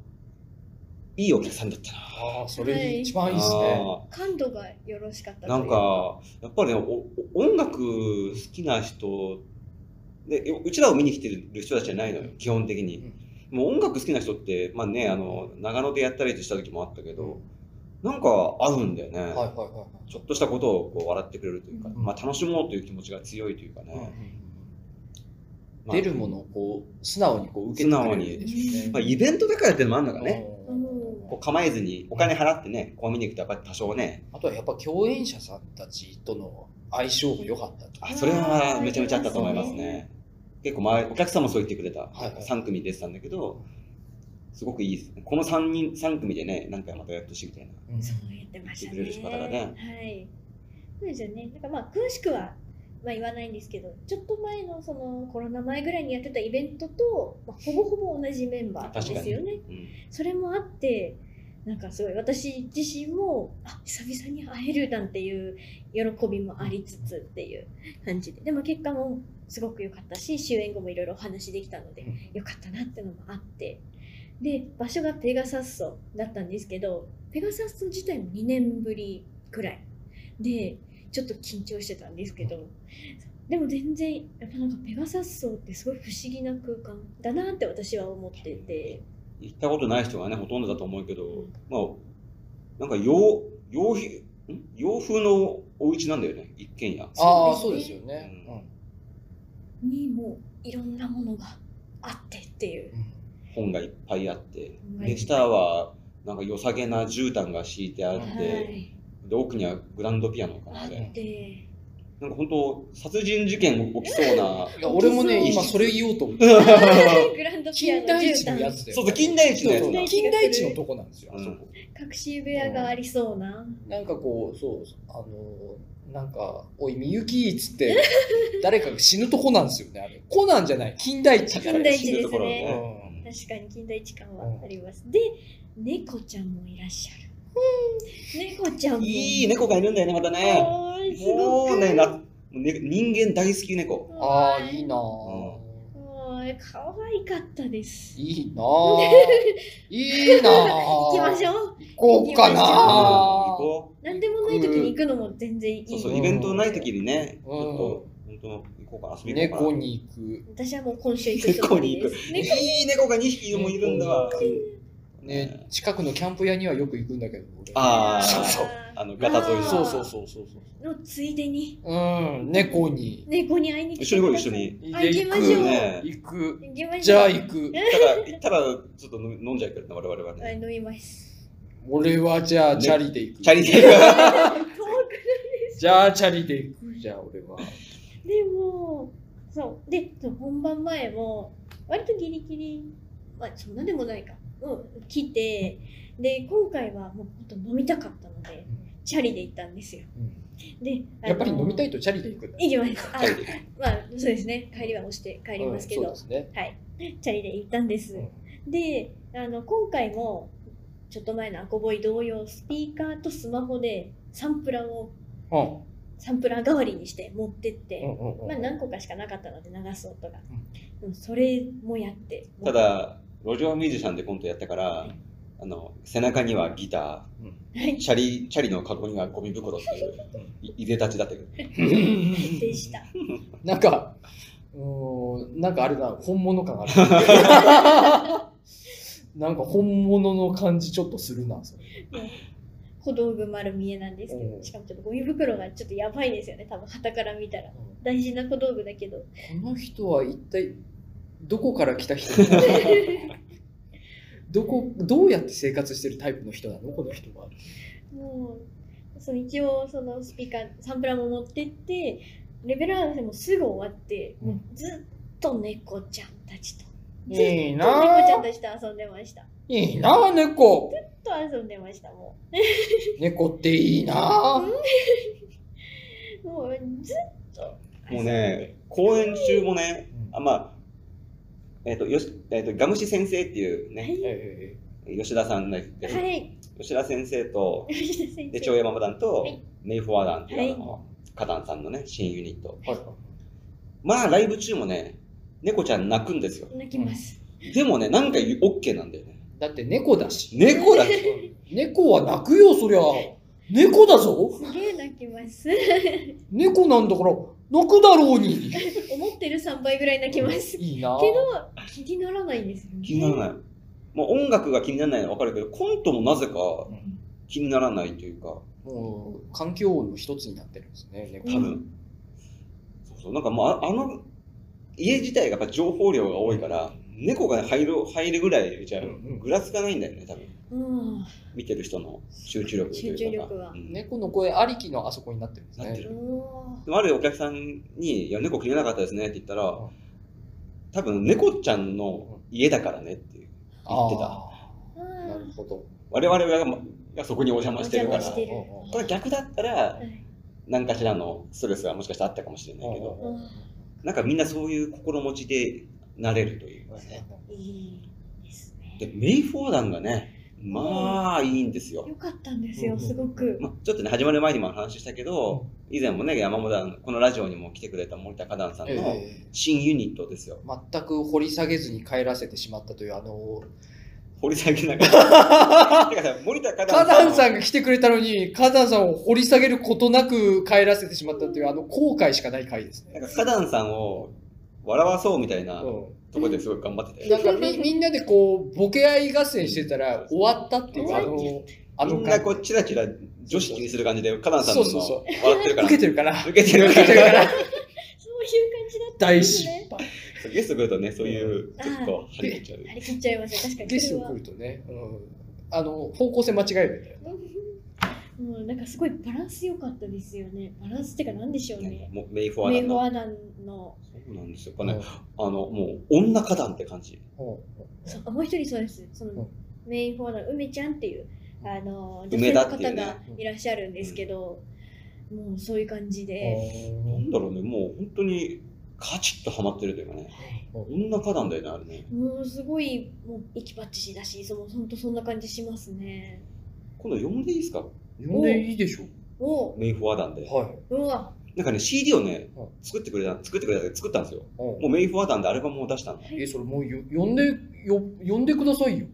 ー、いいお客さんだったな。ああそれ一番いいですね、あ感度がよろしかったーといな、うんか、やっぱりねおお音楽好きな人で、うちらを見に来てる人たちじゃないのよ、基本的に。もう音楽好きな人って、まあね、あの長野でやったりした時もあったけど、なんか合うんだよね、はいはいはいはいちょっとしたことをこう笑ってくれるというか、うんまあ、楽しもうという気持ちが強いというかね、まあ出るものをこう素直にこう受けてくれるんでしょうね。まあ、イベントだからってのもあるのかね、うんこう構えずにお金払ってね、こう見に行くと、やっぱり多少ね、あとはやっぱ共演者さんたちとの相性も良かったと。あそれはめちゃめちゃあったと思いますね。結構前、お客さんもそう言ってくれた、はいはい3組出てたんだけど、すごくいいですね、この3人、三組でね、何回またやってほしいみたいな。そう言ってましたね。言ってくれる方がねはい。そうですよね。なんかまあ詳しくはまあ言わないんですけど、ちょっと前のそのコロナ前ぐらいにやってたイベントと、まあ、ほぼほぼ同じメンバーなんですよね。うんそれもあって。なんかすごい私自身もあ久々に会えるなんていう喜びもありつつっていう感じででも結果もすごく良かったし終演後もいろいろお話できたので良かったなっていうのもあってで場所がペガサッソだったんですけどペガサッソ自体も2年ぶりくらいでちょっと緊張してたんですけどでも全然やっぱなんかペガサッソってすごい不思議な空間だなって私は思ってて行ったことない人がねほとんどだと思うけど、まあなんか洋洋ひん洋風のお家なんだよね一軒家ああそうですよね。にもいろんなものがあってっていう本がいっぱいあって、はいで下はなんか良さげな絨毯が敷いてあって、はいで奥にはグランドピアノかなああれってなんか本当殺人事件起きそうないや俺もねそう今それ言おうと思って。グランドピアノ金田一の絨や毯つで。そうそう金田一のやつだそうそう金田一のとこなんですよ。あうんそこ。隠し部屋がありそうななんかこうそうあのなんかおいみゆきっつって誰かが死ぬとこなんですよねあれ。コナンじゃない金田一から金田一ですね死ぬところうねん確かに近代一感はあります。で、猫ちゃんもいらっしゃる。うん、猫ちゃんも。いい猫がいるんだよねまたねおーすごもくうねなね人間大好き猫。ああ、いいなうぁ。もう可愛かったです。いいなぁ。いいなぁ。行きましょう。ょう。行こうかなうんぁ行。こ。何でもない時に行くのも全然いうい。そうそう、うんイベントない時にね、ちうんょっと、本当行こうか、遊びに行こ猫うかな。に行く。私はもう今週行くつもりです。猫いい猫が2匹もいるんだわ。ね、近くのキャンプ屋にはよく行くんだけど。俺ああ、そうそうあの、ガタ沿いの。そうそうそうそうそう。のついでにうん、猫に。猫に会いに一緒に行こう、一緒に。あ行きましょうね行く。行きましょう。じゃあ行く。ただ、行ったら、ちょっと飲み飲んじゃうけどね、我々ははいね。飲み [LAUGHS] ます。 [LAUGHS] 俺はじゃあチャリで行く。チャリで。じゃあチャリで行く。じゃあ俺は。でもそうでそう本番前も割とギリギリまあそんなでもないかうん来てで今回はもうほんと飲みたかったのでチャリで行ったんですようんでやっぱり飲みたいいとチャリで行くんだ。行きますあチャリで。まあそうですね帰りは押して帰りますけど、うんそうですね。はいチャリで行ったんです、であの今回もちょっと前のアコボイ同様スピーカーとスマホでサンプラをうん。サンプラー代わりにして持ってって、うんうんうんまあ、 [LAUGHS] 何個かしかなかったので流す音が、うん、それもやってただ、路上ミュージシャンでコントやったから、あの、背中にはギタはいー、チャリ、チャリのカゴにはゴミ袋っていう、いいでたちだったけど。でしたなんか、うーん、なんかあれだ、本物感ある。 [LAUGHS] なんか本物の感じちょっとするな、それ。小道具丸見えなんですけうどんしかもちょっとゴミ袋がちょっとやばいですよね多分旗から見たら大事な小道具だ [LAUGHS] けどこの人は一体、どこから来た人なの [LAUGHS] どこ、どうやって生活してるタイプの人なのこの人は。もうその一応そのスピーカーサンプラーも持ってってレベル合わせもすぐ終わって、うんもうずっと猫ちゃんたちとずっといいなぁ猫ちゃんたちと遊んでましたいいなあ、猫。ずっと遊んでましたもう猫っていいなあ。もうずっと。もうね、公演中もね、あまあ、えっ、と、よし、えっ、と、ガムシ先生っていうはね、い。え吉田さんなんですけど、はい。吉田先生 [LAUGHS] と、吉田先で、長生。山マ団とはい、メイフォアダンっていうあの、カタンさんのね、新ユニット。えはいまあ、ライブ中もね、猫ちゃん泣くんですよ。泣きます。でもね、なんか言う OK なんだよね。だって猫だし。猫だし。猫は泣くよ、そりゃ。猫だぞ。すげえ泣きます。猫なんだから泣くだろうに。思ってる三倍ぐらい泣きます。けいいな。ど気にならないんですよね。気になら [LAUGHS] ない。もう音楽が気にならないのはわかるけど、コントもなぜか気にならないというか、もう環境音の一つになってるんですね。猫多分。そうそう、なんかもうあ、あの、家自体がやっぱ情報量が多いから、猫が入る、入るぐらいじゃ、ぐらつかないんだよね、多分。うん。見てる人の集中力というか。集中力がうん猫の声ありきのあそこになってるんですなってねる。おーでもあるお客さんに、いや、猫気にならなかったですねって言ったらうん、多分猫ちゃんの家だからねっていう。言ってたあーなるあほど。我々がまがそこにお邪魔してるから。お邪魔してこるれ逆だったらー、はい何かしらのストレスがもしかしたらあったかもしれないけど、あなんかみんなそういう心持ちでなれるというかね。ー。いいですで、ね。メイフォーダンがね、まあいいんですよ。よかったんですよ。うんすごく。まあ、ちょっとね、始まる前にも話したけど、以前もね、山本さん、このラジオにも来てくれた森田花壇さんのえ新ユニットですよ。ー全く掘り下げずに帰らせてしまったというあの掘り下げな [LAUGHS] がら。てかさ、森田花火壇さん山の。さんが来てくれたのに火山さんを掘り下げることなく帰らせてしまったというあの後悔しかない回ですね。なんか花壇さんを笑わそうみたいなとうこですごい頑張ってたん、よ。なんかみみんなでこうボケ合い合戦してたら終わったっていうあのあみのん回なこう、チラチラ女子気にする感じで、花壇さんのそうそうそ笑ってるから。受けてるかな受けてる受けてるかからら。そういう感じだったん大です失ね。敗。ゲスト来るとね、そういう、ちょっと張り切っちゃう。張り切っちゃいますね。確かに。ゲストそれは来るとね、うん、あの方向性間違えるみたいな。もうなんかすごいバランス良かったですよね。バランスってかなんでしょうねね。もうメイフォアメだイなフォアダンのそうなんですよ。これねあの、もう、女花壇って感じ。そうもう一人そうです。そのうんメインフォワードの梅ちゃんっていうあの女性梅の田ってい方うねがいらっしゃるんですけど、もうそういう感じで、なんだろうね、もう本当にカチッとハマってるというかね。女花壇だよね、あれね。もうすごいもう息ばっちしだし、その本当そんな感じしますね。今度呼んでいいですか呼んでいいでしょおうメイフォア団で。う。はい。うわなんかね、CD をねは、作ってくれた、作ってくれた、作ったんですよ。うんもうメイフォアダンでアルバムを出したの。え、それもうよ呼んで、よ呼んでくださいよ。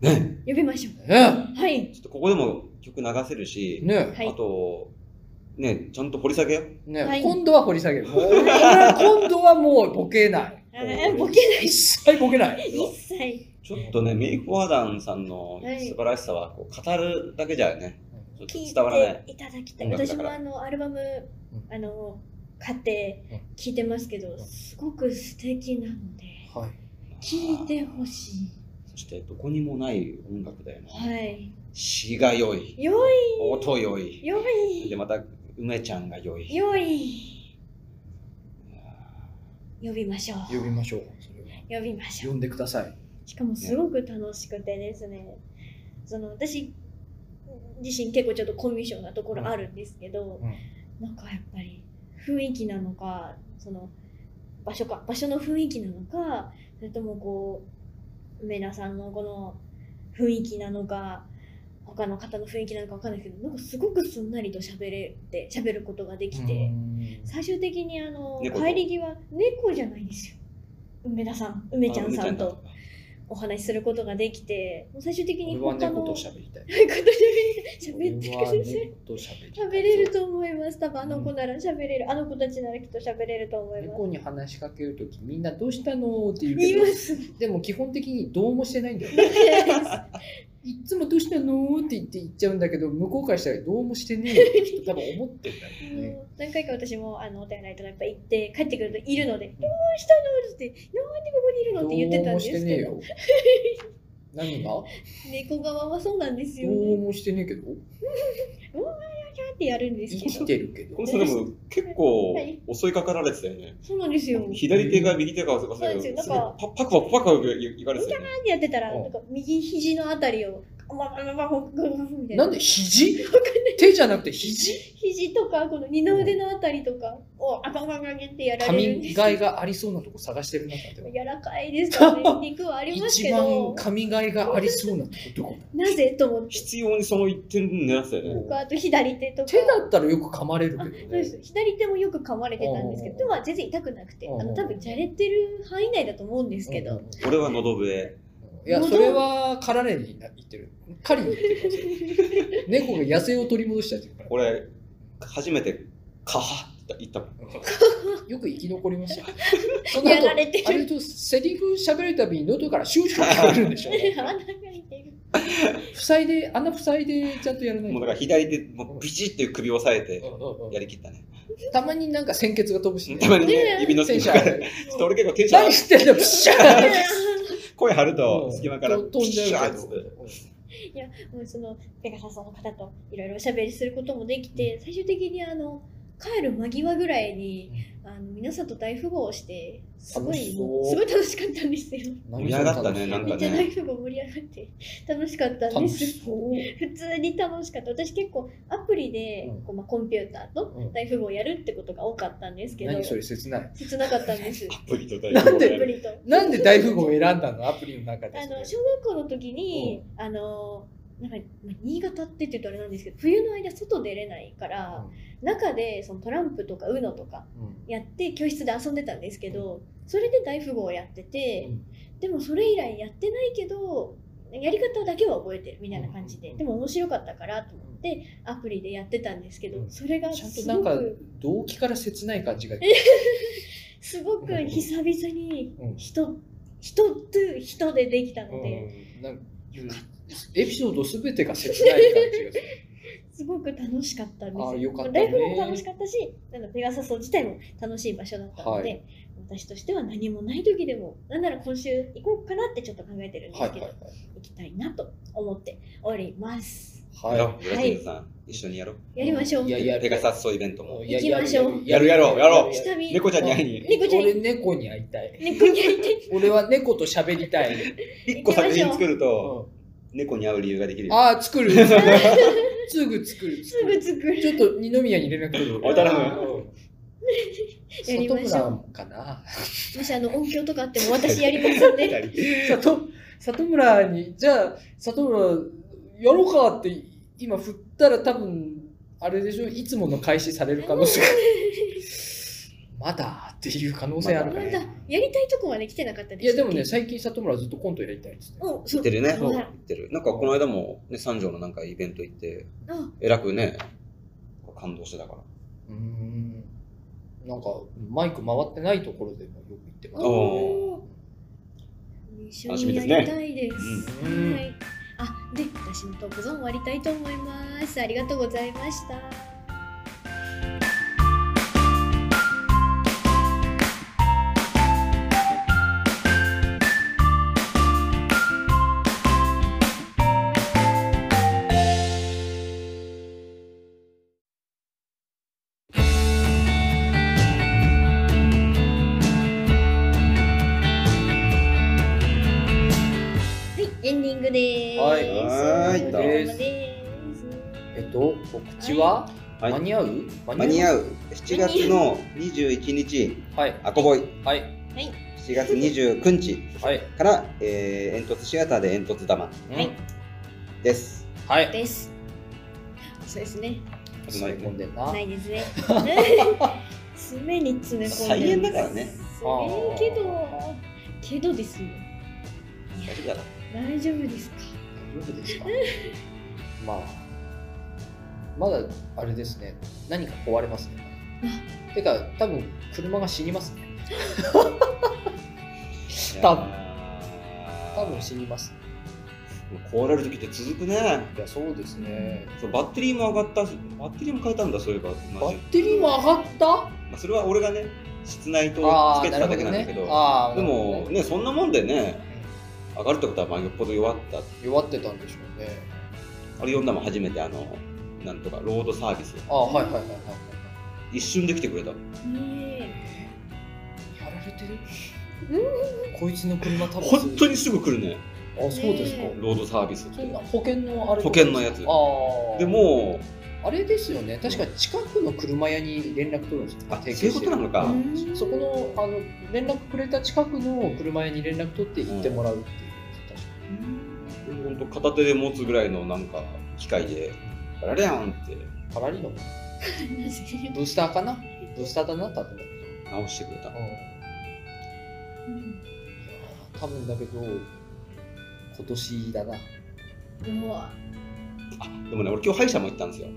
ね。呼びましょねう。はい。ちょっとここでも曲流せるし、ねはいあと、ね、ちゃんと掘り下げよう。ね、はい今度は掘り下げる。もう俺は今度はもうボケない。あーボケない一切ボケない。一切ちょっとね、メイフォアダンさんの素晴らしさは、こう語るだけじゃね、ちょっと聞い伝わらない。ていただきたい。音楽だ私からもあのアルバムんあの買ってう聞いてますけど、んすごく素敵なのではい。聞いてほしい。そして、どこにもない音楽だよね。はい。詩が良い、良い音良い、良で、いまた、梅ちゃんが良い。良い呼びましょう。呼びましょう。それは呼びましょう呼。んでください。しかもすごく楽しくてですね、その私自身結構ちょっとコミュ障なところあるんですけど、うんなんかやっぱり雰囲気なのか、その場所か、場所の雰囲気なのか、それともこう、梅田さんのこの雰囲気なのか、他の方の雰囲気なのかわかんないですけど、なんかすごくすんなりと喋れて、喋ることができて、最終的にあの、猫と帰り際、猫じゃないんですよ。梅田さん、梅ちゃんさんと。お話しすることができて、もう最終的に俺は他の猫と喋りたい。はい [LAUGHS] ことで俺喋ってはください。猫と喋りたい。喋れると思います。多分あの子なら喋れる。あの子たちならきっと喋れると思います。猫に話しかけるときみんなどうしたのって言う言いまけす。 [LAUGHS] どでも基本的にどうもしてないんだ [LAUGHS] よねいっつもどうしたのって言って言っちゃうんだけど向こうからしたらどうもしてねえよってきっと多分思ってんだよねもう何回か私もあのお便りとかやっぱ行って帰ってくるといるので、どうしたのって言って、なんでここにいるのどって言ってうたんもでしすてねえけど、よ何がど猫側はそうなんですよ、うね。もしてねえけどキャーってやるんです生けき [LAUGHS] ど、てるけどこの人でも結構襲いかかられてたよね。そうなんですよ。キ左手が右手が忘れそうてでたすけよなんかど、パパクパクパクパクいかれてたよね。ャーってやってたら、うんなんか右肘のあたりを、わわわわわみたいな。なんで肘手じゃなくて肘肘とかこの二の腕のあたりとかをあかんあかんあかんってやら噛れるんでみすがいがありそうなとこ探してる中で柔らかいですよね肉はあります一け番ど噛みがいがありそうなとこどこなぜと思って必要にその一点狙ってたよね。僕あと左手とか手だったらよく噛まれるあそうけどでねす左手もよく噛まれてたんですけうどんでも全然痛くなくてうんあの多分じゃれてる範囲内だと思うんですけうどん俺は喉笛。いや、喉それは狩られに言ってる。狩りに行ってるんですよ。猫が野生を取り戻した [LAUGHS] っていうから。俺、初めて、カハって言ったもん。よく生き残りました。そのや後られてあるれとセリフ喋るたびに喉からシューシュー聞こえるんでしょ。穴が開いてる塞いで、穴塞いでちゃんとやらないもうとだから左手、もうビチって首を押さえて、うんうんやりきったね。たまになんか鮮血が飛ぶし、ね。たまにね、指のテン隙ション間か上がら。るちょ [LAUGHS] っと俺結構テンション上何がる、してんだピシャー声張ると、隙間からうん飛んじゃうピけシャどーッつって。いやもうそのペガサスの方といろいろおしゃべりすることもできて最終的にあの帰る間際ぐらいにあの皆さんと大富豪をしてすご楽しいそうすごい楽しかったんですよ。盛盛り上がったねなんめかっちゃね大富豪盛り上がって楽しかったん楽です。しそう。普通に楽しかった私結構アプリでうんこう、まあ、コンピューターとうん大富豪をやるってことが多かったんですけど何それ切ない。切なかったん [LAUGHS] ですアプリと大なんアでプリとあなんで大富豪を選んだのアプリの中で。の小学校の時にあのなんかまあ新潟ってって言うとあれなんですけど冬の間外出れないから中でそのトランプとか UNO とかうんやって教室で遊んでたんですけどそれで大富豪をやっててでもそれ以来やってないけどやり方だけは覚えてるみたいな感じででも面白かったからと思ってアプリでやってたんですけどそれがちゃんとすなごんかく動機から切ない感じがすごく久々にうん人人と人でできたのでうんなんかエピソードすべてが切ない感じがする。 [LAUGHS] すごく楽しかったんですあーよかったねライフも楽しかったしあのペガサス自体も楽しい場所だったので、は私としては何もない時でもなんなら今週行こうかなってちょっと考えてるんではいすけはいど、はい。行きたいなと思っておりますやろはう、ブラジルさん。一緒にやろう。やりましょういやいやペガサスソイベントも。いや行きましょうやるやろうやろう下見猫ちゃんに会いに。猫ちゃん俺猫に会いたい。猫に会いたい俺は猫と喋りたい。一個作品作ると、あ猫に会う理由ができる。あ [LAUGHS] ー、作る。すぐ作る。すぐ作るちょっと二宮に連絡取る。お頼むうん。やりましょう里村かな。もしあの音響とかあっても私やりますん二で人里里村にじゃあ里村やろうかって今振ったら多分あれでしょいつもの開始される可能性がまだっていう可能性あるから、まねだやりたいとこまで来てなかったですいやでもね最近里村ずっとコントやりたいですねおそう言ってるね。は言いってる。なんかこの間も、ね、三条のなんかイベント行って、あえらくね、感動してたから。うーんなんかマイク回ってないところでもよく言ってますおおー一緒楽しみにでやりすねたいです。うんはい。あ、で、私のトークゾーン終わりたいと思います。ありがとうございました。はい、エンディングです。はいはーいお疲れ様です。えっと告知は、はい間に合う間に合うう7月の21日、はいアコボイ。はい7月29日はいから、えー、煙突シアターで煙突玉はいです。はいです。そうですね。詰め込んでんなないですね。詰めに詰め込んで。菜園だからね。そうけど、けどですよ。大丈夫だな大丈夫ですか。大丈夫ですか [LAUGHS] まあまだあれですね何か壊れますねてか多分車が死にますね [LAUGHS] 多分いやー多分死にます壊れる時って続くね。いやそうですねそうバッテリーも上がったし、バッテリーも変えたんだ、そういえば。バマジッテリーも上がったまあ、それは俺がね、室内灯あをつあけてなるたほだけどなんだけねど、ああでなるほもどねね、そんなもんでね、上がるってことはまあよっぽど弱った。あ弱ってたんでしょうねれ読んだもん初めて、あの、なんとか、ロードサービス。ああはいはいはいはいは一瞬で来てくれた。ねいやられてるこいつの車多分本当にすぐ来るね、あそうですかねロードサービスっそんなて。保険のあれ保険のやつああでも、あれですよね、確か近くの車屋に連絡取るんですよ、あそ提うい携うこしてとなのえ。か。うんそこのあの連絡くれた近くの車屋に連絡取って行ってもらうっていう、確か本当片手で持つぐらいのなんか機械で、あられやんってにパラリ [LAUGHS] のなぜブースターかなブースターだな、多分だけ直してくれたど。。うん多分だけど、今年だな。うわでもね、俺今日歯医者も行ったんですよ。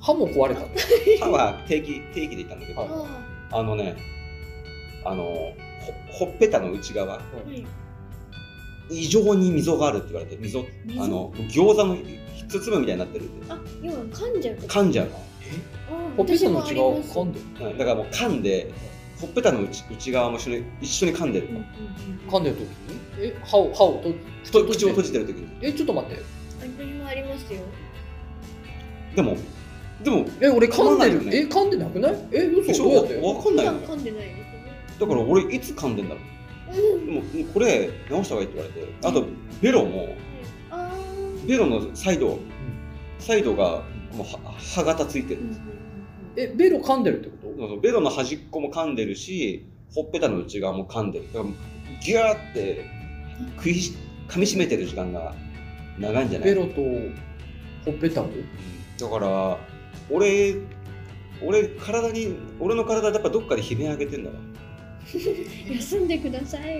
歯も壊れたんだ。歯は定期、定期で行ったんだけはいど、ああのね、あの、ほほっぺたの内側、ーはい異常に溝があるって言われて、溝、水あの、餃子の一粒みたいになってるって。あ、要は噛んじゃうこと。噛んじゃうの。あほっぺたの私違もありうます噛んでうんだからもう噛んで、ほっぺたの内内側も一緒に一緒に噛んでるうんう。んうん噛んでる時にえ、歯を、歯をとと口を閉じてる時に。え、ちょっと待って。私もありますよ。でも、でも、え、俺噛んで噛まないよる。ねえ、噛んでなくないえ、でし嘘ょどうやってわかんないよ普ね。段噛んでないですだから俺いつ噛んでんだろね。う。うんでももうこれ直した方がいいって言われてあとベロもあーベロのサイドサイドがもうは歯型ついてるうんんですえ、ベロ噛んでるってことそうそうベロの端っこも噛んでるしほっぺたの内側も噛んでるだからギューって食いし噛みしめてる時間が長いんじゃなベいロとほっぺたをだから俺俺体に俺の体やっぱどっかで悲鳴あげてんだわうん休んでください。まあ、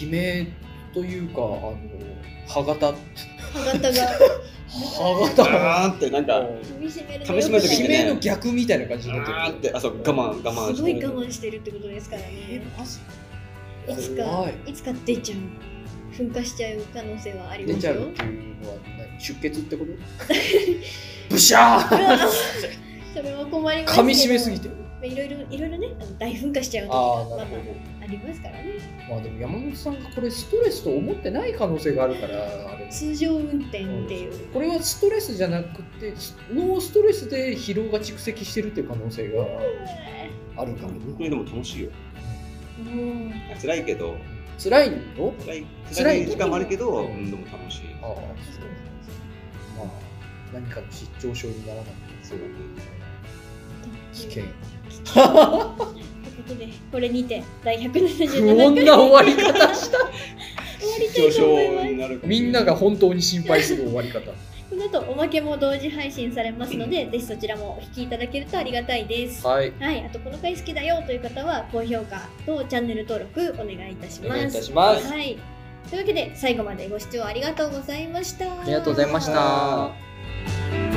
悲鳴というかあの歯型歯型が歯型ガーンってな [LAUGHS] んか噛み締める噛み締める時悲にね鳴の逆みたいな感じガになってるーンってあそう我慢我慢してすごい我慢してるってことですからえね。マジいつ怖かいいつか出ちゃう。噴火しちゃう可能性はあり出ますちゃよ。うっていうのは何出血ってことブシャうわーそれは困りますけど。噛み締めすぎてまあいろいろいろいろね、あの大噴火しちゃう時ああがなまるほだありますからね。どまあでも山本さんがこれストレスと思ってない可能性があるからあれ通常運転っていう。これはストレスじゃなくてノーストレスで疲労が蓄積してるっていう可能性があるからねこれでも楽しいようん辛いけど辛いの辛い辛辛いい時間もあるけど、うんうん、でも楽しい。ああまあ何かの失調症にならないそうだね。危 [LAUGHS] と険いうことで、これにて第177回終わ終わり [LAUGHS] 方したりたいと思います。なるかもみんなが本当に心配する終わり方その後おまけも同時配信されますので、ぜひそちらもお聞きいただけるとありがたいです。はい、はい、あとこの回好きだよという方は高評価とチャンネル登録お願いいたしおま願いいすた。します。はい。というわけで最後までご視聴ありがとうございました。ありがとうございましたあー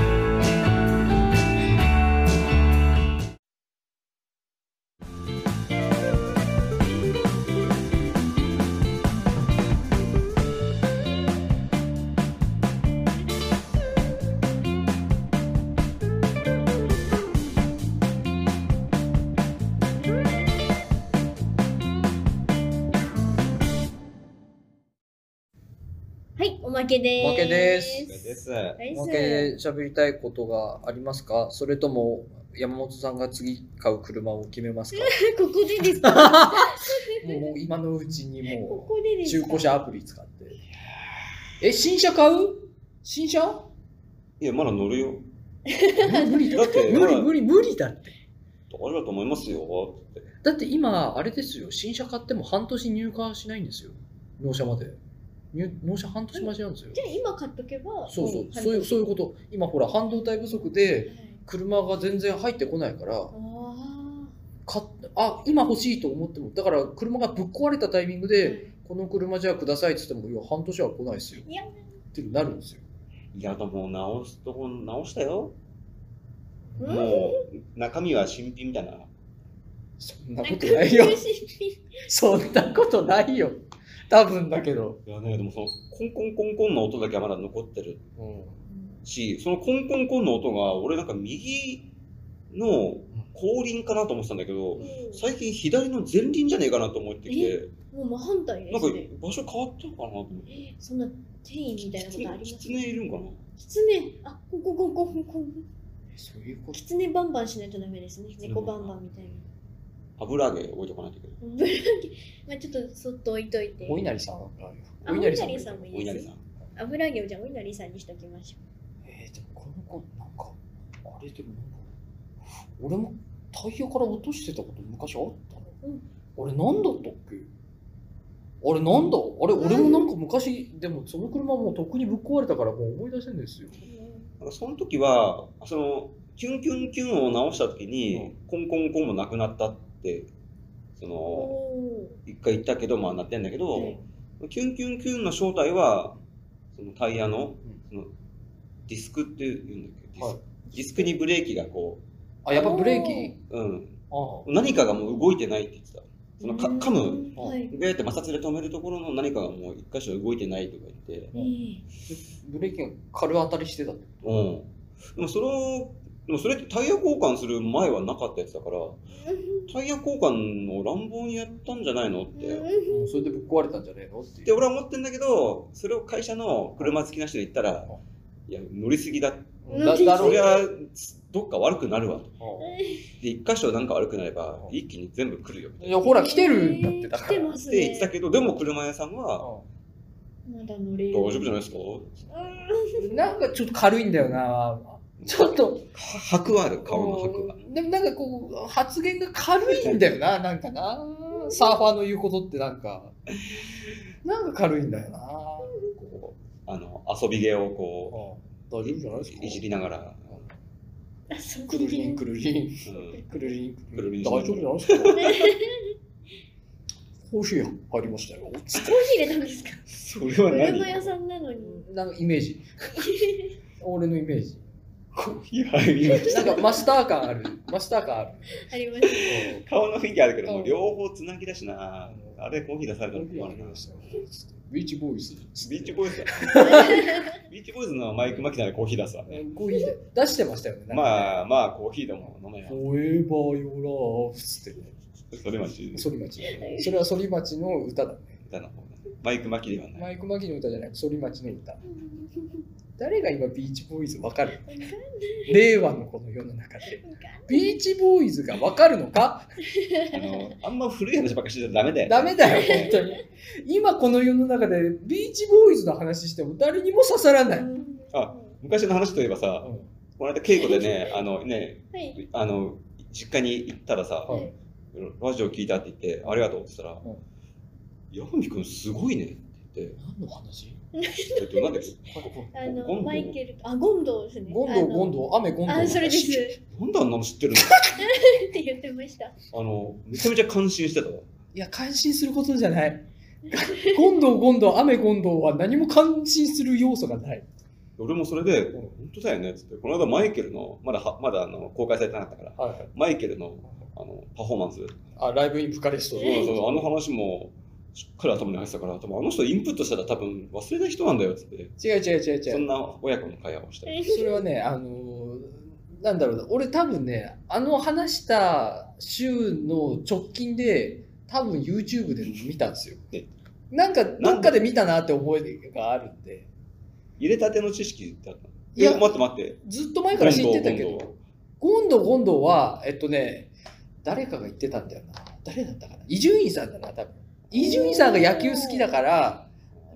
はい、おまけでーす。おまけですこれです。ナイスおまけで喋りたいことがありますかそれとも山本さんが次買う車を決めますか [LAUGHS] [LAUGHS] ここでですかもう今のうちにこもこでうですか中古車アプリ使ってえ新車買う新車 [LAUGHS] いや、まだ乗るよ。無理だって、無まだ理無理無理だって大丈夫だと思いますよ。って。だって今あれですよ新車買っても半年入荷しないんですよ納車まで入納車半年待ちなんですよじゃあ今買っとけばそうそもうそういうそういうこと今ほら半導体不足で車が全然入ってこないから買っあ今欲しいと思ってもだから車がぶっ壊れたタイミングはいで、この車じゃあくださいって言ってもいや半年は来ないですよいやってなるんですよいや、でも直すとこ直したよ。うんもう、中身は新品みたいな。そんなことないよんか苦しいそんなことないよ多分だけど、いやね、でもその、コンコンコンコンの音だけはまだ残ってるうん、し、そのコンコンコンの音が、俺なんか右の後輪かなと思ってたんだけど、最近左の前輪じゃねえかなと思ってきて、もう真反対でなんすかね場所変わったのかなと思って。そんな転移みたいなことありまキすツネいるんかなキツネあここここここそういうこキツネバンバンしないとダメですねツネ猫バンババンンバンみたいな [LAUGHS] 油揚げ置いとかないといけない。ブランキまあちょっとそっと置いといてとお稲荷さんがあお稲荷さんもいおい稲です荷さん。油揚げをじゃあお稲荷さんにしときましょえー、でもこの子なんかあれでもなんか俺もタイヤから落としてたこと昔あったの、うん俺なんだったっけあれなんだあれうん俺もなんか昔でもその車もうとっくにぶっ壊れたからもう思い出せんですようなんかその時は、その、キュンキュンキュンを直した時に、コンコンコンもなくなったって、そおの、お一回言ったけど、まあなってんだけど、はいキュンキュンキュンの正体は、そのタイヤのうん、その、ディスクっていうんだっけディスク、はいディスクにブレーキがこあやっぱブレーキう、うん、ああ何かがもう動いてないって言ってた。そのか噛むうんはいぐやって摩擦で止めるところの何かがもう一箇所動いてないとか言って、ええブレーキが軽当たりしてたってうん。でもその、でもそれってタイヤ交換する前はなかったやつだから、タイヤ交換を乱暴にやったんじゃないのって。うんそれでぶっ壊れたんじゃねえのってで、俺は思ってんだけど、それを会社の車好きな人に言ったら、いや、乗りすぎだ。うんだだろそうりねゃ、どっか悪くなるわ。うで、一箇所なんか悪くなれば、一気に全部来るよ。みたんいいな。やっほら来てるんだってだから来てますて言ってたね。けど、でも車屋さんは、うまだ乗れる。大丈夫じゃないですかんなんかちょっと軽いんだよなちょっとは白はある、顔の白は。でもなんかこう発言が軽いんだよ [LAUGHS] ななんかなサーファーの言うことってなんかなんか軽いんだよなこう、あの、遊び毛をこ大う、丈夫じゃないですかいじりながら、うん。あそくこるりんくるりんうんくるりんくるりん大丈夫じゃないですかねコーヒー入りましたよコーヒー入れたんですか。それは何車屋さんなのに。なんかイメー [LAUGHS] ジ俺のイメージコーヒー入りましなんかマスター感あるマスター感あるありますね。た顔の雰囲気あるけど、もう両方つなぎだしな。あれ、コーヒー出されたコらーヒー困入るりなま。したよビーチボーイズビーチボ [LAUGHS] ーイズだ。ビーチボーイズのマイク・マキナでコーヒー出すわね。コーヒー出してましたよねあまあまあ、コーヒーでも飲めよ。フォーエバーヨーラーつってそれまちソリマチ。それはソリマチの歌だね。歌の方ね。マイク・マキではなマい。イク・マキの歌じゃない、ソリマチの歌。誰が今ビーチボーイズわかるわかんない令和のこの世のわか中で。んビーチボーイズがわかるのかあの、あんま古い話ばっかりしてちゃダメだよ。ダメだよ、本当に。今この世の中でビーチボーイズの話しても誰にも刺さらな。ないうんあ昔の話といえばさ、この間稽古でね、あのね、はい。あの、実家に行ったらさ、はいラジオ聞いたって言って、ありがとうって言ったら、ん山見君すごいねってって、何の話えっと、なんだっけあゴンのドウマイケルとあゴンドウですね。ゴンあドウ、のゴンドウ、雨、ゴンドウ。あそれです。いなんであんなの知ってるって言ってました。のあの、めちゃめちゃ感心してたわ。や、感心することじゃない。ゴンドウ、ゴンドウ、雨、ゴンドウは何も感心する要素がない。俺もそれで、本当だよねっつって、この間マイケルの、まだはまだあの公開されてなかったから、はいはい。マイケルのあのパフォーマンス、そうあ、ライブインプカレスト。そうそうあの話もしっかり頭に入ってたから、多分あの人インプットしたら多分忘れない人なんだよっつって、違う違う違う違そんう。な親子の会話をしたり。それはね、あのーなんだろうな、俺多分ね、あの話した週の直近で、多分 YouTube で見たんですよえ。なんか、どっかで見たなって覚えがあるんで。入れたての知識だったの。いやえ待って待って。ずっと前から知ってたけゴンドウゴンドど、ゴンドウ、ゴンドウは、えっとね、誰かが言ってたんだよな。誰だったかな。伊集院さんだな、多分。伊集院さんが野球好きだから、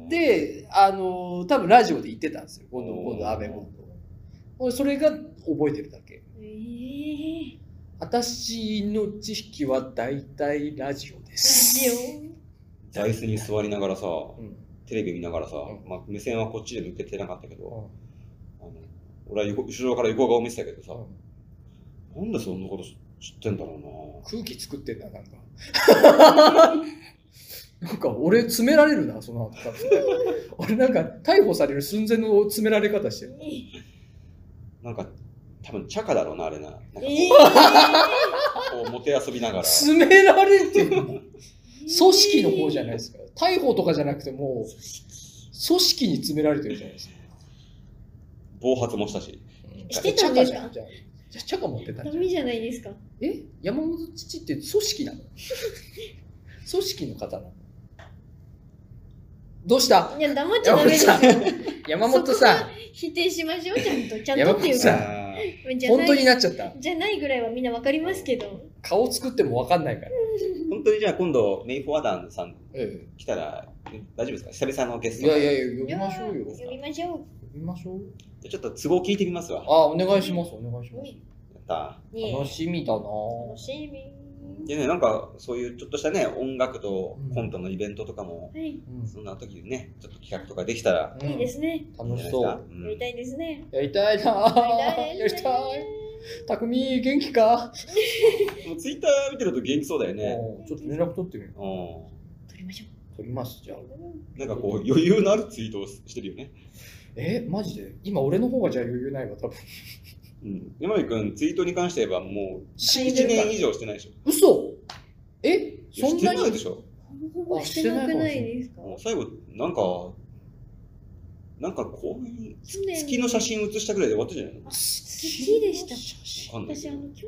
で、あのー、多分ラジオで言ってたんですよ。ゴンドウ、ゴンドウ、アベゴンドウ。俺、それが覚えてるだけ。えー、私の知識は大体ラジオでラジす。座椅子に座りながらさ、うんテレビ見ながらさ、うんまあ、目線はこっちで向けてなかったけど、うあの俺は横後ろから横顔見てたけどさ、んなんでそんなこと知ってんだろ空気作ってんだ、なんか。 [LAUGHS] なんか俺詰められるな、その後多分俺なんか逮捕される寸前の詰められ方してる。オ。うな。なんか、多分チャカだろうな、あれな。なんかえー、こう、もてあそびながら。詰められてる [LAUGHS] 組織の方じゃないですか。逮捕とかじゃなくてもう、組織に詰められてるじゃないですか。暴発もしたし。してたんですかじゃあじゃあチャカ持ってたんダじゃんメじゃないですか。え山本父って組織なの [LAUGHS] 組織の方なのどうしたいや、黙っちゃダメですよ。山本さん、否定しましょう、ちゃんと。ちゃんやばとくっていうさか。あーじゃな本い当になっちゃった。じゃないぐらいはみんなわかりますけど。顔作ってもわかんないから。本当にじゃあ今度、メイ・フォアダンさんえ来たら、大丈夫ですか久々のゲえスいトやいやいや、呼びましょうよ。呼びましょ呼びましょう。じゃあちょっと都合聞いてみますわ。やあ、お願いします、お願いしう。まねった。えす。楽しみだな楽しみ。でね、なんか、そういうちょっとしたね、音楽とコントのイベントとかも、はい、うんそんな時にね、ちょっと企画とかできたら、いいですね。うんいいん楽じゃしないですそかう。。うんやりたいですね。やりたいなぁ。やりたい。匠、元気か、もうツイッター見てると元気そうだよね。おうちょっと連絡取ってみよう撮りましょう。取ります、じゃあ。う。ん。なんかこう、余裕のあるツイートをしてるよね。え、マジで今俺の方がじゃあ余裕ないわ、多分。うん。山井くん、ツイートに関して言えばもう、死1年以上してないでしょ。嘘えいやそんしてなないにでしょ。ほぼしてなくないですかもう最後、なんか、なんかこういう去年月の写真写したぐらいで終わったじゃないの好きでした。わかんない私、あの、去年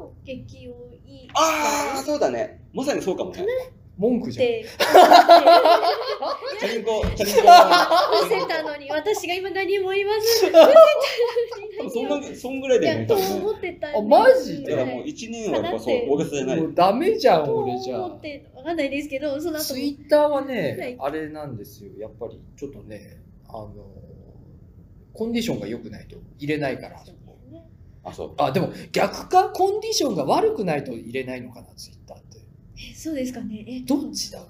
の劇をいい。ああ、そうだね。まさにそうかもね。文句っじゃん。てチャリンコ、チャリンコ。伏せたのに、私が今何も言わず。伏せたのに何そんもな、そんぐらいいだよや、ね、と多分ね。思ってたんあマジだでからもうはい1年はやっぱそうだっ、て大げさじゃないも。うダメじゃん、と俺じゃ思って、わかんないですけど、その後ツにイッターははねい、あれなんですよ。やっぱりちょっとね、あの、コンディションが良くないと入れないから。あ、そう。あ、でも逆か、コンディションが悪くないと入れないのかな、ツイッターって。えそうですかね。え、どっちだ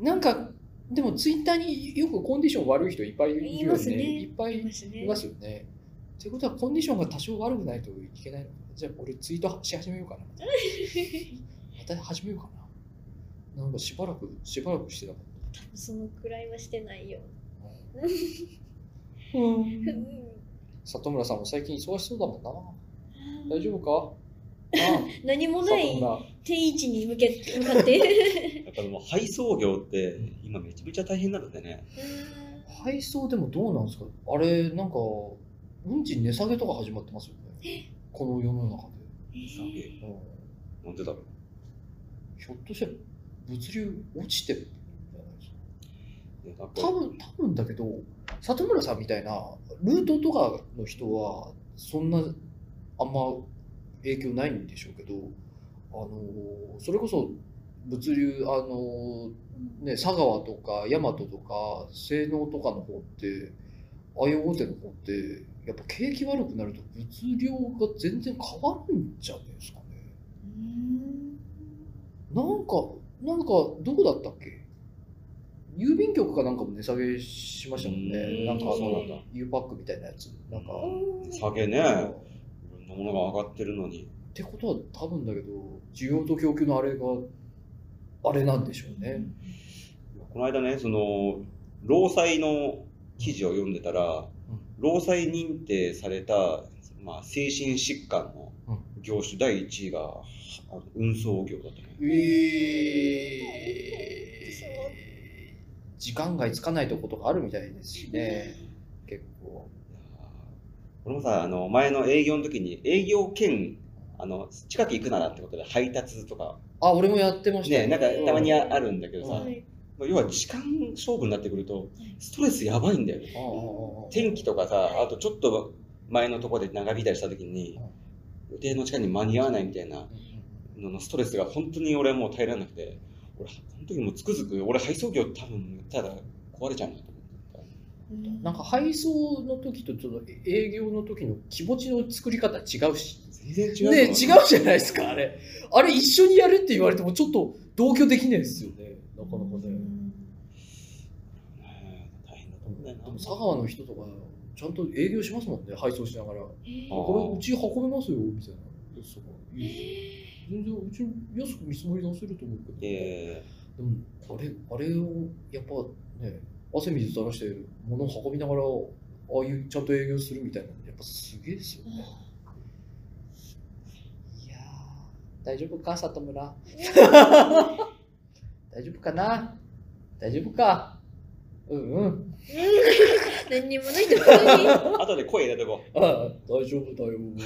なんか、でもツイッターによくコンディション悪い人いっぱいいるいよまね。すね。いっぱいいますねい。ますよね。ってことはコンディションが多少悪くないといけないのかなじゃあ俺ツイートし始めようかな。また始めようかな。なんかしばらく、しばらくしてたもん。そのくらいはしてないよ。うん、里村さんも最近忙しそうだもんな。大丈夫かなあ何もな里い村。定位置に向け向かって。やっぱもう配送業って、今めちゃめちゃ大変なんだってね。配送でもどうなんですかあれ、なんか、運賃値下げとか始まってますよね。この世の中で。うんなんでだろう。ひょっとして物流落ちてるんじゃないですかねなん多か分、多分だけど、里村さんみたいなルートとかの人は、そんな、あんま影響ないんでしょうけど、あのーそれこそ物流、あのーね、佐川とか大和とか西能とかの方って、ああいう大手の方って、やっぱ景気悪くなると物量が全然変わるんじゃないですかね。なんか、なんか、どこだったっけ郵便局かなんかも値下げしましたもんうね。んなんかあそうのなんだ U パックみたいなやつ。なんか。下げね、うんいろんなものが上がってるのに。ってことは多分だけど需要と供給のあれがあれなんでしょうね。この間ね、その、労災の記事を読んでたら、労災認定された、まあ、精神疾患の業種第1位が、あの運送業だったね。えー、時間外つかないとことかあるみたいですしね [LAUGHS] 結構。いやー俺もさ、あの、前の営業の時に、営業兼、あの、近く行くならってことで配達とか、あ俺もやってましたね、よなんかたまにああるんだけどうさん、はいまあ要は時間勝負になってくると、ストレスやばいんだよね。ああああああ天気とかさ、あとちょっと前のところで長引いたりした時に、予定の時間に間に合わないみたいなののストレスが本当に俺はもう耐えられなくて、俺、本当にもうつくづく、俺配送業多分、ただ壊れちゃうなと思うって。んなんか配送の時とちょっと営業の時の気持ちの作り方違うし。全然違う。ね違うじゃないですかあ。れ。あれ一緒にやるって言われてもちょっと同居できないですよねなかなかね。ね大変だと思うんだよな。でも佐川の人とかちゃんと営業しますもんね配送しながら「えーあこれうち運べますよ」みたいなやつとかえー全然うち安く見積もり出せると思うけど、えでもあれあれをやっぱね汗水垂らして物を運びながらああいうちゃんと営業するみたいなのやっぱすげえですよねいやー大丈夫か里村大丈夫かな大丈夫かうんうん何にもないところに、えー、後で声入れとこう。ああ大丈夫だよ。ー、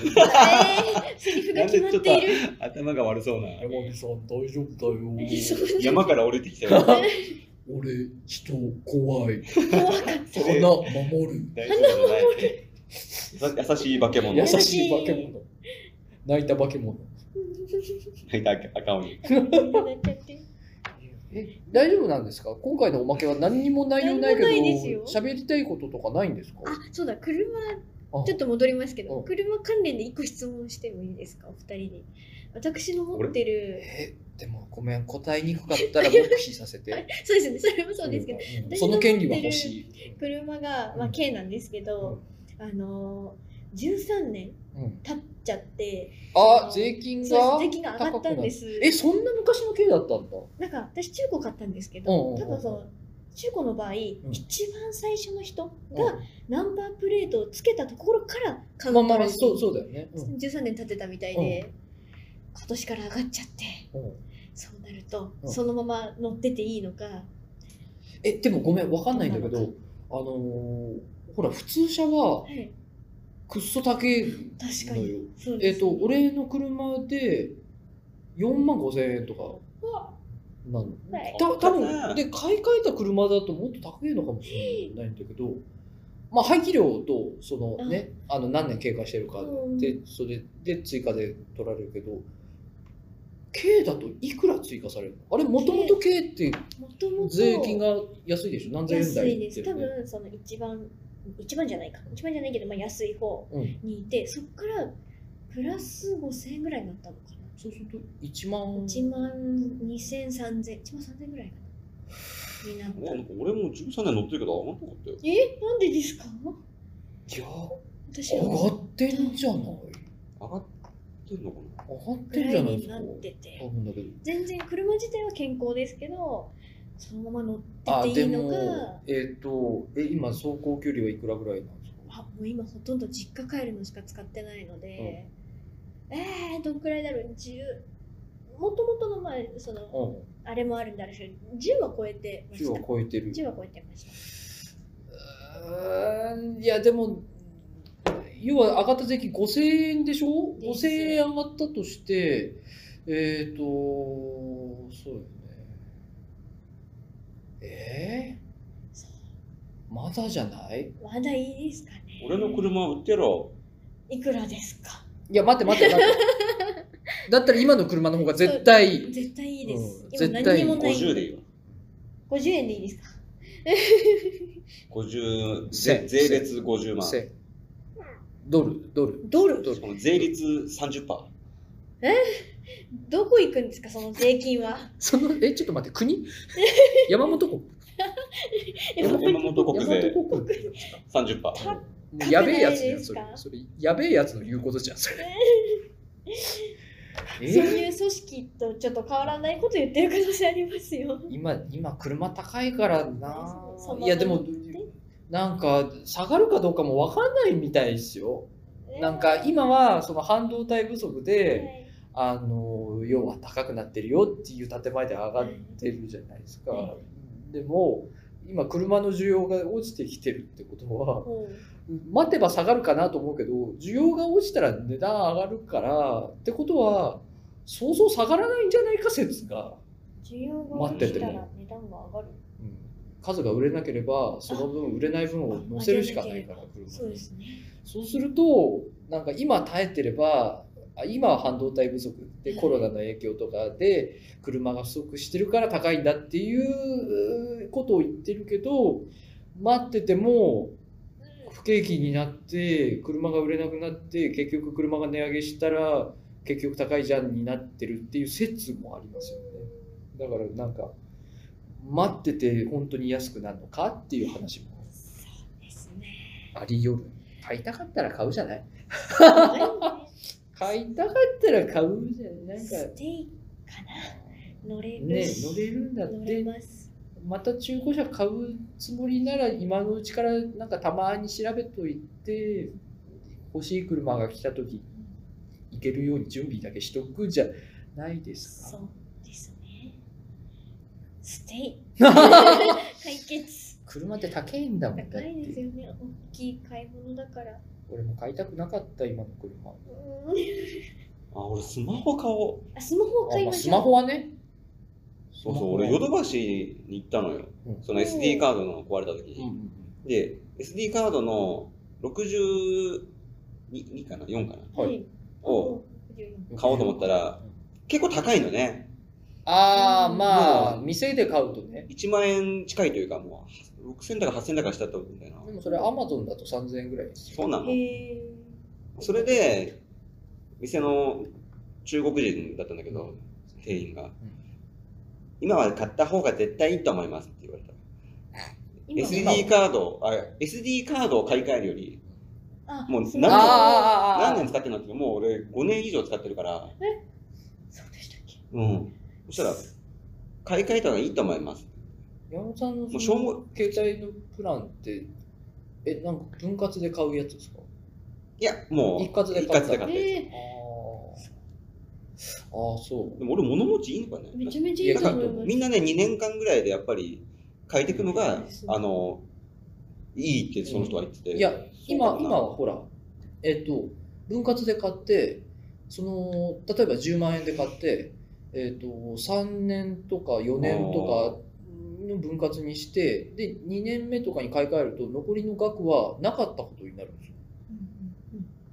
セリフが決まっている。頭が悪そうな。山美さん大丈夫だよ。山から降りてきたよ。大俺、人怖 [LAUGHS] い。それ花守る。丈夫じゃないって。優しい化け物。優しい化け物。泣いた化け物。いた赤鬼。え、大丈夫なんですか今回のおまけは何にも内容ないけ何もないですよど、喋りたいこととかないんですかあ、そうだ、車、あちょっと戻りますけどう、ん車関連で一個質問してもいいですか、お二人に。私の持ってる、え、でもごめん、答えにくかったら黙秘させて。そうですね、それも [LAUGHS] そうですけど、うんその権利は欲しい。車が、まあ、うん K なんですけど、あのー、13年うん経っちゃって、あ、税金そうがです税金が上がったんです。え、そんな昔の刑だったんだ。なんか私中古買ったんですけうんうど、んうん多分その中古の場合、ん一番最初の人うがんナンバープレートをつけたところから買うまからあまあまあ、そうそうだよね。うん13年経ってたみたいで、今年から上がっちゃって、うんそうなると、うんそのまま乗ってていいのか、えでもごめんわかんないんだけどわかんあのーほら普通車ははい、くっそ高い確かのよに。そうえでっ、すと俺の車で4万5千円とかうわなのはいた多ね分で買い替えた車だともっと高いのかもしれないんだけどまあ排気量とそのねあの何年経過してるかうんでそれで追加で取られるけど K だといくら追加されるのあれもともと K ってもともと税金が安いでしょ何千円安台いです、って多分その一番一番じゃないか一番じゃないけど、まあ、安い方うんにいて、そこからプラス5000円ぐらいになったのかなそうすると1万1万20003000 1万3000ぐらいかなになっね、た、なんか俺も13年乗ってるけど、上がんなかったよ。えなんでですかいや私は上がってんじゃない上がってんのかな上がっぐてんらじゃいないでにすなかってて多分だけど全然車自体は健康ですけどそのまま乗あってていいでのかもえっ、とえ今走行距離はいくらぐらいなんですかあもう今ほとんど実家帰るのしか使ってないので、えー、どんくらいだろう10もともとの前その、うあれもあるんだろうし10は超えてんまし10たを超えてる10は超えてましたうーんいやでも要は上がった税金5000円でしょです5000円上がったとしてえっ、とそうよねえそー、まだじゃないうまだいいですかね俺の車売ってろ。いくらですかいや、待って待っ [LAUGHS] て待って。だったら今の車の方が絶対いい。絶対いいです、うん今絶何対いにいもない50でいいよ。 50円でいいですか50、せ税ん税率50万。せドル、ドル。ドルドしルかも税率30%。どこ行くんですかその税金は [LAUGHS] その、え、ちょっと待って、国山本国山本国税山本国30%。パたやべえやつじゃ勝てない。でん、それすかそれ、やべえやつの言うことじゃん、 [LAUGHS] それ。えそういう組織とちょっと変わらないこと言ってる可能性ありますよ。今、今、車高いからなそうそう。いや、でもそんなこと言って、なんか、下がるかどうかもわかんないみたいですよ。なんか、今は、その半導体不足で、あの要は高くなってるよっていう建前で上がってるじゃないですか、はでも今車の需要が落ちてきてるってことははい待てば下がるかなと思うけど需要が落ちたら値段上がるからってことはそうそう下がらないんじゃないか説が、需要が待落ってちてたらも値段が上がる。数が売れなければその分売れない分を乗せるしかないから車にそうですね。そうすると、なんか今耐えてれば、あ今は半導体不足でコロナの影響とかで車が不足してるから高いんだっていうことを言ってるけど、待ってても不景気になって車が売れなくなって結局車が値上げしたら結局高いじゃんになってるっていう説もありますよね。だからなんか待ってて本当に安くなるのかっていう話もそうですね。ありよる。買いたかったら買うじゃない買いたかったら買うじゃん。なんか、ステイかな乗れるね、し乗れるんだっ乗れて、ます。また中古車買うつもりなら、今のうちからなんかたまに調べといて、欲しい車が来たとき、行けるように準備だけしとくじゃないですそか。うですね。ステイ解決。車って高いんだもんだっ高いですて。よね。大きい買い物だから。俺も買いたくなかった、今の車。うんあ、俺スマホ買おう。あスマホを買あいまあまスしマょう。ホはね。そうそう、俺ヨドバシに行ったのよう。んその SD カードの壊れた時に。で、SD カードの62 2かな ?4 かなホはい。おうう買おうと思ったら。結構高いのね。ああ、まあ、も店で買うとね。 1万円近いというか、もう6000だか8000だかしたと思うんだよなで。もそれアマゾンだと3000円ぐらいですよ。そうなの。へえ。それで、店の中国人だったんだけど、店員が、今は買った方が絶対いいと思いますって言われた。今 SD カード、あ、SD カードを買い替えるより、あもうスあマーホあーあーあー何年使ってるのって、もう俺5年以上使ってるから、そうでしたっけ。うん。そしたら、買い替えた方がいいと思います。山本さんのもうその消携帯のプランって、え、なんか分割で買うやつですかいや、もう、一括で買一った括で買って。えああー、そでも俺物持ちいいのかねー、めちゃめちゃいいと思います。みんなね、2年間ぐらいでやっぱり変えていくのが、あの、いいってその人は言ってて。う。いや、今そう、かな今はほら、えっと、分割で買って、その、例えば10万円で買って、えっと、3年とか4年とか、の分割にしてで2年目とかに買い替えると残りの額はなかったことになるんですよ、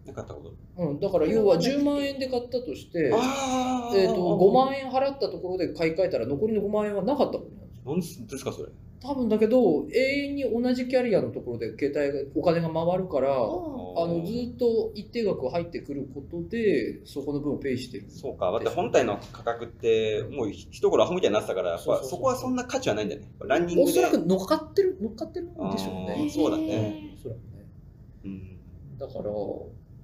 なかったこと。うん、だから要は10万円で買ったとしてあえー、と5万円払ったところで買い替えたら残りの5万円はなかったもんなんですよ何ですかそれ多分だけど永遠に同じキャリアのところで携帯がお金が回るからあおのずっと一定額入ってくることでそこの分をペイしてるそうかだって本体の価格ってもう一頃アホみたいになってたからやっそうぱそうそうそこはそんな価値はないんだよねランニンおグそでらく乗っかってる乗っかってるんでしょうあねーそうだね。おそらくねうんだから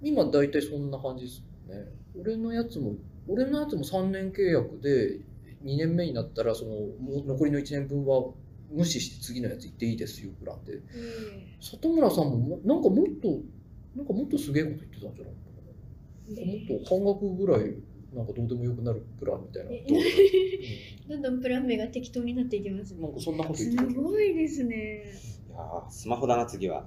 今大体そんな感じですよね俺のやつも俺のやつも3年契約で2年目になったらそのもう残りの1年分は無視して次のやつ行っていいですよプランでうん里村さんももなんかもっとなんかもっとすげえこと言ってたんじゃないもっと半額ぐらいなんかどうでもよくなるプランみたいなこどんどんプラン名が適当になっていきますと、ねなんかそんなこと言すってたごいですね。いやースマホだな次は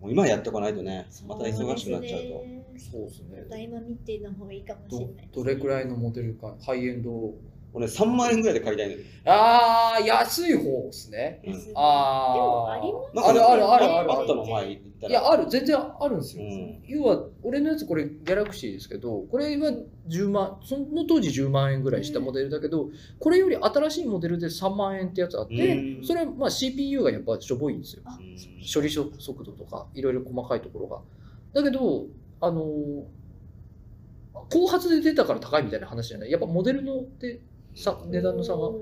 もう今やってこないとねまた忙しくなっちゃうとそうですね大魔見ての方がいいかもしれどない。どれくらいのモデルかハイエンド俺3万円ぐらいで買いたいのよああ安い方ですね安いあーでもありますよなんかあるあるあるあるバットの前行ったいらやある全然あるんですよ、うん要は俺のやつこれギャラクシーですけどこれは10万その当時10万円ぐらいしたモデルだけど、これより新しいモデルで3万円ってやつあって、うんそれはまあ CPU がやっぱしょぼいんですよあうん処理速度とかいろいろ細かいところがだけどあのー後発で出たから高いみたいな話じゃないやっぱモデルのでさ値段の差がうん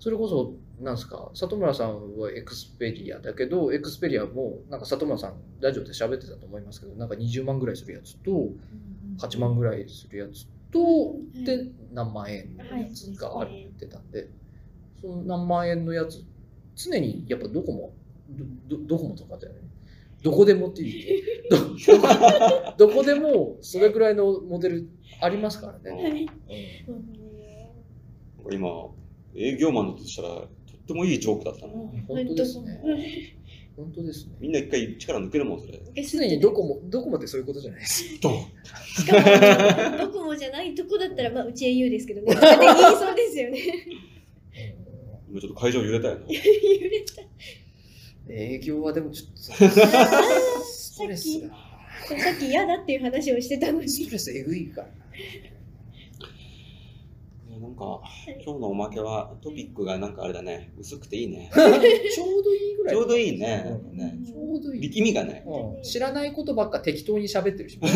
それこそなんすか里村さんはエクスペリアだけどエクスペリアもなんか里村さんラジオで喋ってたと思いますけどなんか20万ぐらいするやつと8万ぐらいするやつとうんで何万円のやつがあるって言ってたんでその何万円のやつ常にやっぱどこもどどどこもとかだよねどこでもっていうど [LAUGHS] どこでもそれぐらいのモデルありますからね。はいうん今、営業マンだとしたら、とってもいいジョークだったな。本当ですね本当ですねみんな一回力抜けるもん、それ。常にドコモ、ドコモってそういうことじゃないです。ドし [LAUGHS] かもドコモじゃないとこだったら、まあ、うち au ですけどね。勝手に言いそうですよね。ンちょっと会場揺れたよ [LAUGHS] な。揺れた。営業はでもち [LAUGHS] ょっと、ストレスが、さっき嫌だっていう話をしてたのに。ストレスえぐい [LAUGHS] からな。いやなんか、今日のおまけはトピックがなんかあれだね、薄くていいね。ちょうどいいぐらい。ちょうどいいね。ねちょうどいい。力みがない。うん知らないことばっか適当に喋ってるし。だ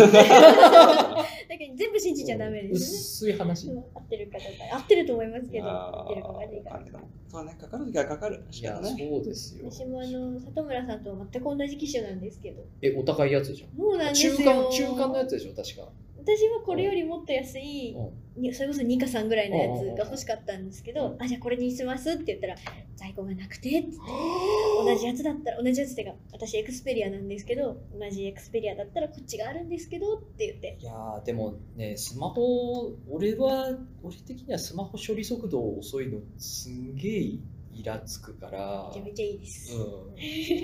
けど全部信じちゃダメです薄い話ね。。うん合ってるかどうか。合ってると思いますけど、合あってるかわかんないかあら。れだもん。そうね、かかるときはかかる。い仕や、方そないうですよ。私もあの里村さんと全く同じ機種なんですけど。え、お高いやつじゃん。そうなんです中よ。間、中間のやつでしょ、確か。私はこれよりもっと安い、うにそれこそ2か3ぐらいのやつが欲しかったんですけうんどう、あ、じゃあこれにしますって言ったら、在庫がなくてっつって、ん同じやつだったら、同じやつっていうか、私エクスペリアなんですけど、同じエクスペリアだったらこっちがあるんですけどって言って、いやーでもねスマホ俺は俺的にはスマホ処理速度遅いのすんげえイラつくから、めちゃめうちゃいいです。ん、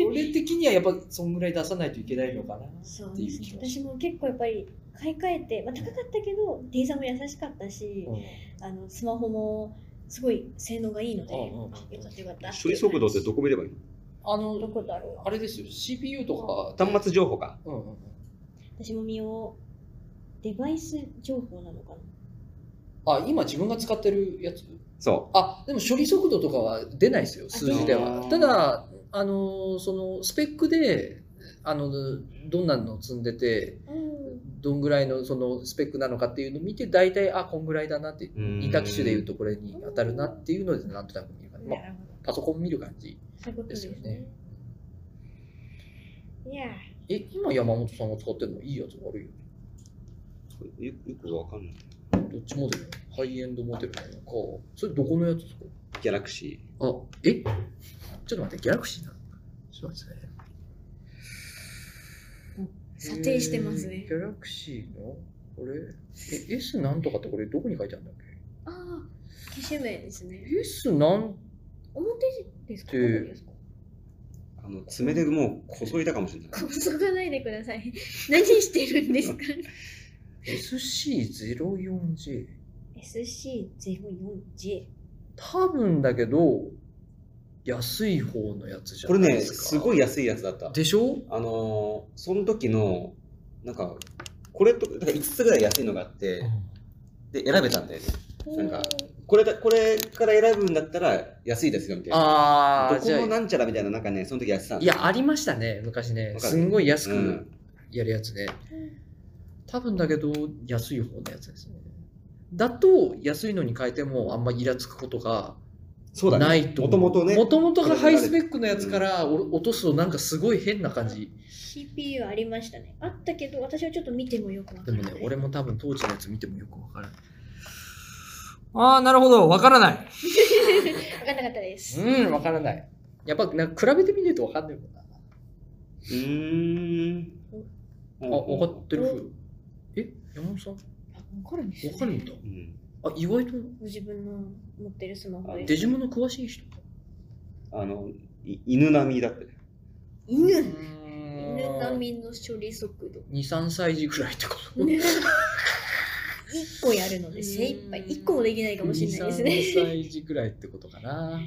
俺的にはやっぱそんぐらい出さないといけないのかなそうってでいすう気ねが私も結構やっぱり買い替えて、まあ、高かったけど店員さんも優しかったし、うんあのスマホもすごい性能がいいので、うんうんうんあよかったよかった処理速度ってどこ見ればいいあどのこだろあれですよ CPU とか、の端末情報か。うんうんうん、う私も見ようデバイス情報なのかなあ今自分が使ってるやつそあでも処理速度とかは出ないですよ数字であはーただあのそのスペックであのどんなの積んでてうんどんぐらいのそのスペックなのかっていうのを見て大体あこんぐらいだなってう。似似た機種でいうとこれに当たるなっていうのでなんとなく見る感じ、まあな、るほどパソコン見る感じそういうことですねですよねいやえ今山本さんが使ってるのいいやつ悪いよよよくわかんない。どっちモデルハイエンドモデルなのかそれどこのやつですかギャラクシあえちょっと待ってギャラクシーなのちょっと待ってね査定してますえーねギャラクシーのこれえ S なんとかってこれどこに書いてあるんだっけああ機種名ですね S なん表ですかでどこですかー。あの爪でもうこそいだかもしれない。注がないでください [LAUGHS] 何してるんですか SC04J [LAUGHS] SC04J 多分だけど安い方のやつじゃこれないね、ですかすごい安いやつだった。でしょあのー、その時の、なんか、これと、だから5つぐらい安いのがあって、で、選べたんだよね。なんかこれだ、これから選ぶんだったら安いですよみたいな。ああどこじゃのあなんちゃらみたいな、なんかね、その時やってたんいやありましたね昔ねわかるすんごい安うくん、やるやつね、多分だけど安い方のやつですねだと安いのに変えてもあんまイラつくことがそうだね。ないともともとね、もともとがハイスペックのやつからお落とすとなんかすごい変な感じ CPU ありましたねあったけど私はちょっと見てもよくわかでらもないね俺も多分当時のやつ見てもよくわからないああなるほどわからない分かんなかったですうん、わからない。やっぱなんか比べてみるとわかんないもんな。うーん。ああ、わかってるふう。え、山本さん、わ分かるんですねかるんだ。うん。あ、意外とご自分の持ってるスマホあでデジモンの詳しい人か。あの、い犬並みだって。犬犬並2、みの処理速度3歳児くらいって [LAUGHS] こと。 1個やるので精一杯1個もできないかもしれないです2 3ね歳児くらいってことかな。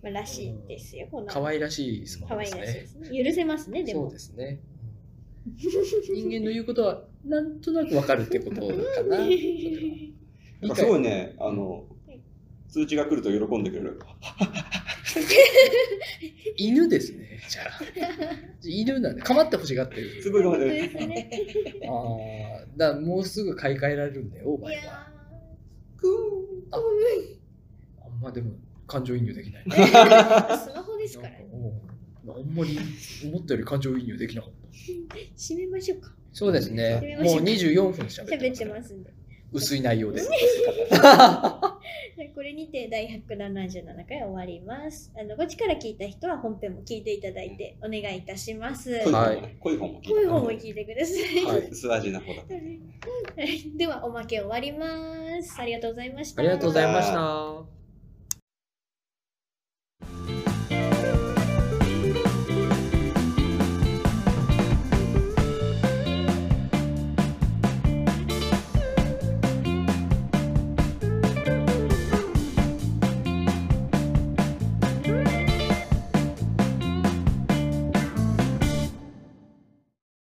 まあらしいですよこんな可愛らしいスマ可ホ愛でいすらしいでね。すね許せますねでそもうですね。人間の言うことはなんとなくわかるってことかな。それはなんかすごいね、あの、通知が来ると喜んでくれる。犬ですね。じゃあ犬なんで、かまってほしがってる。すごい喜ん本当でくでれする。ねああ、だからもうすぐ買い替えられるんだよ、おい前やは。ーくんあんまでも、感情移入できない。スマホですからね。うんあんまり思ったより感情移入できなかった。締めましょうか。そうですね。もう24分喋っ喋てまっすてね、ますんで。薄い内容で。じゃあこれにて第177回終わります。あの、こっちから聞いた人は本編も聞いていただいてお願いいたします。濃いこ方はもね濃い方も聞いてういう方も聞いてください。 [LAUGHS] はい素味な方だった。ではおまけ終わります。ありがとうございました。ありがとうございました。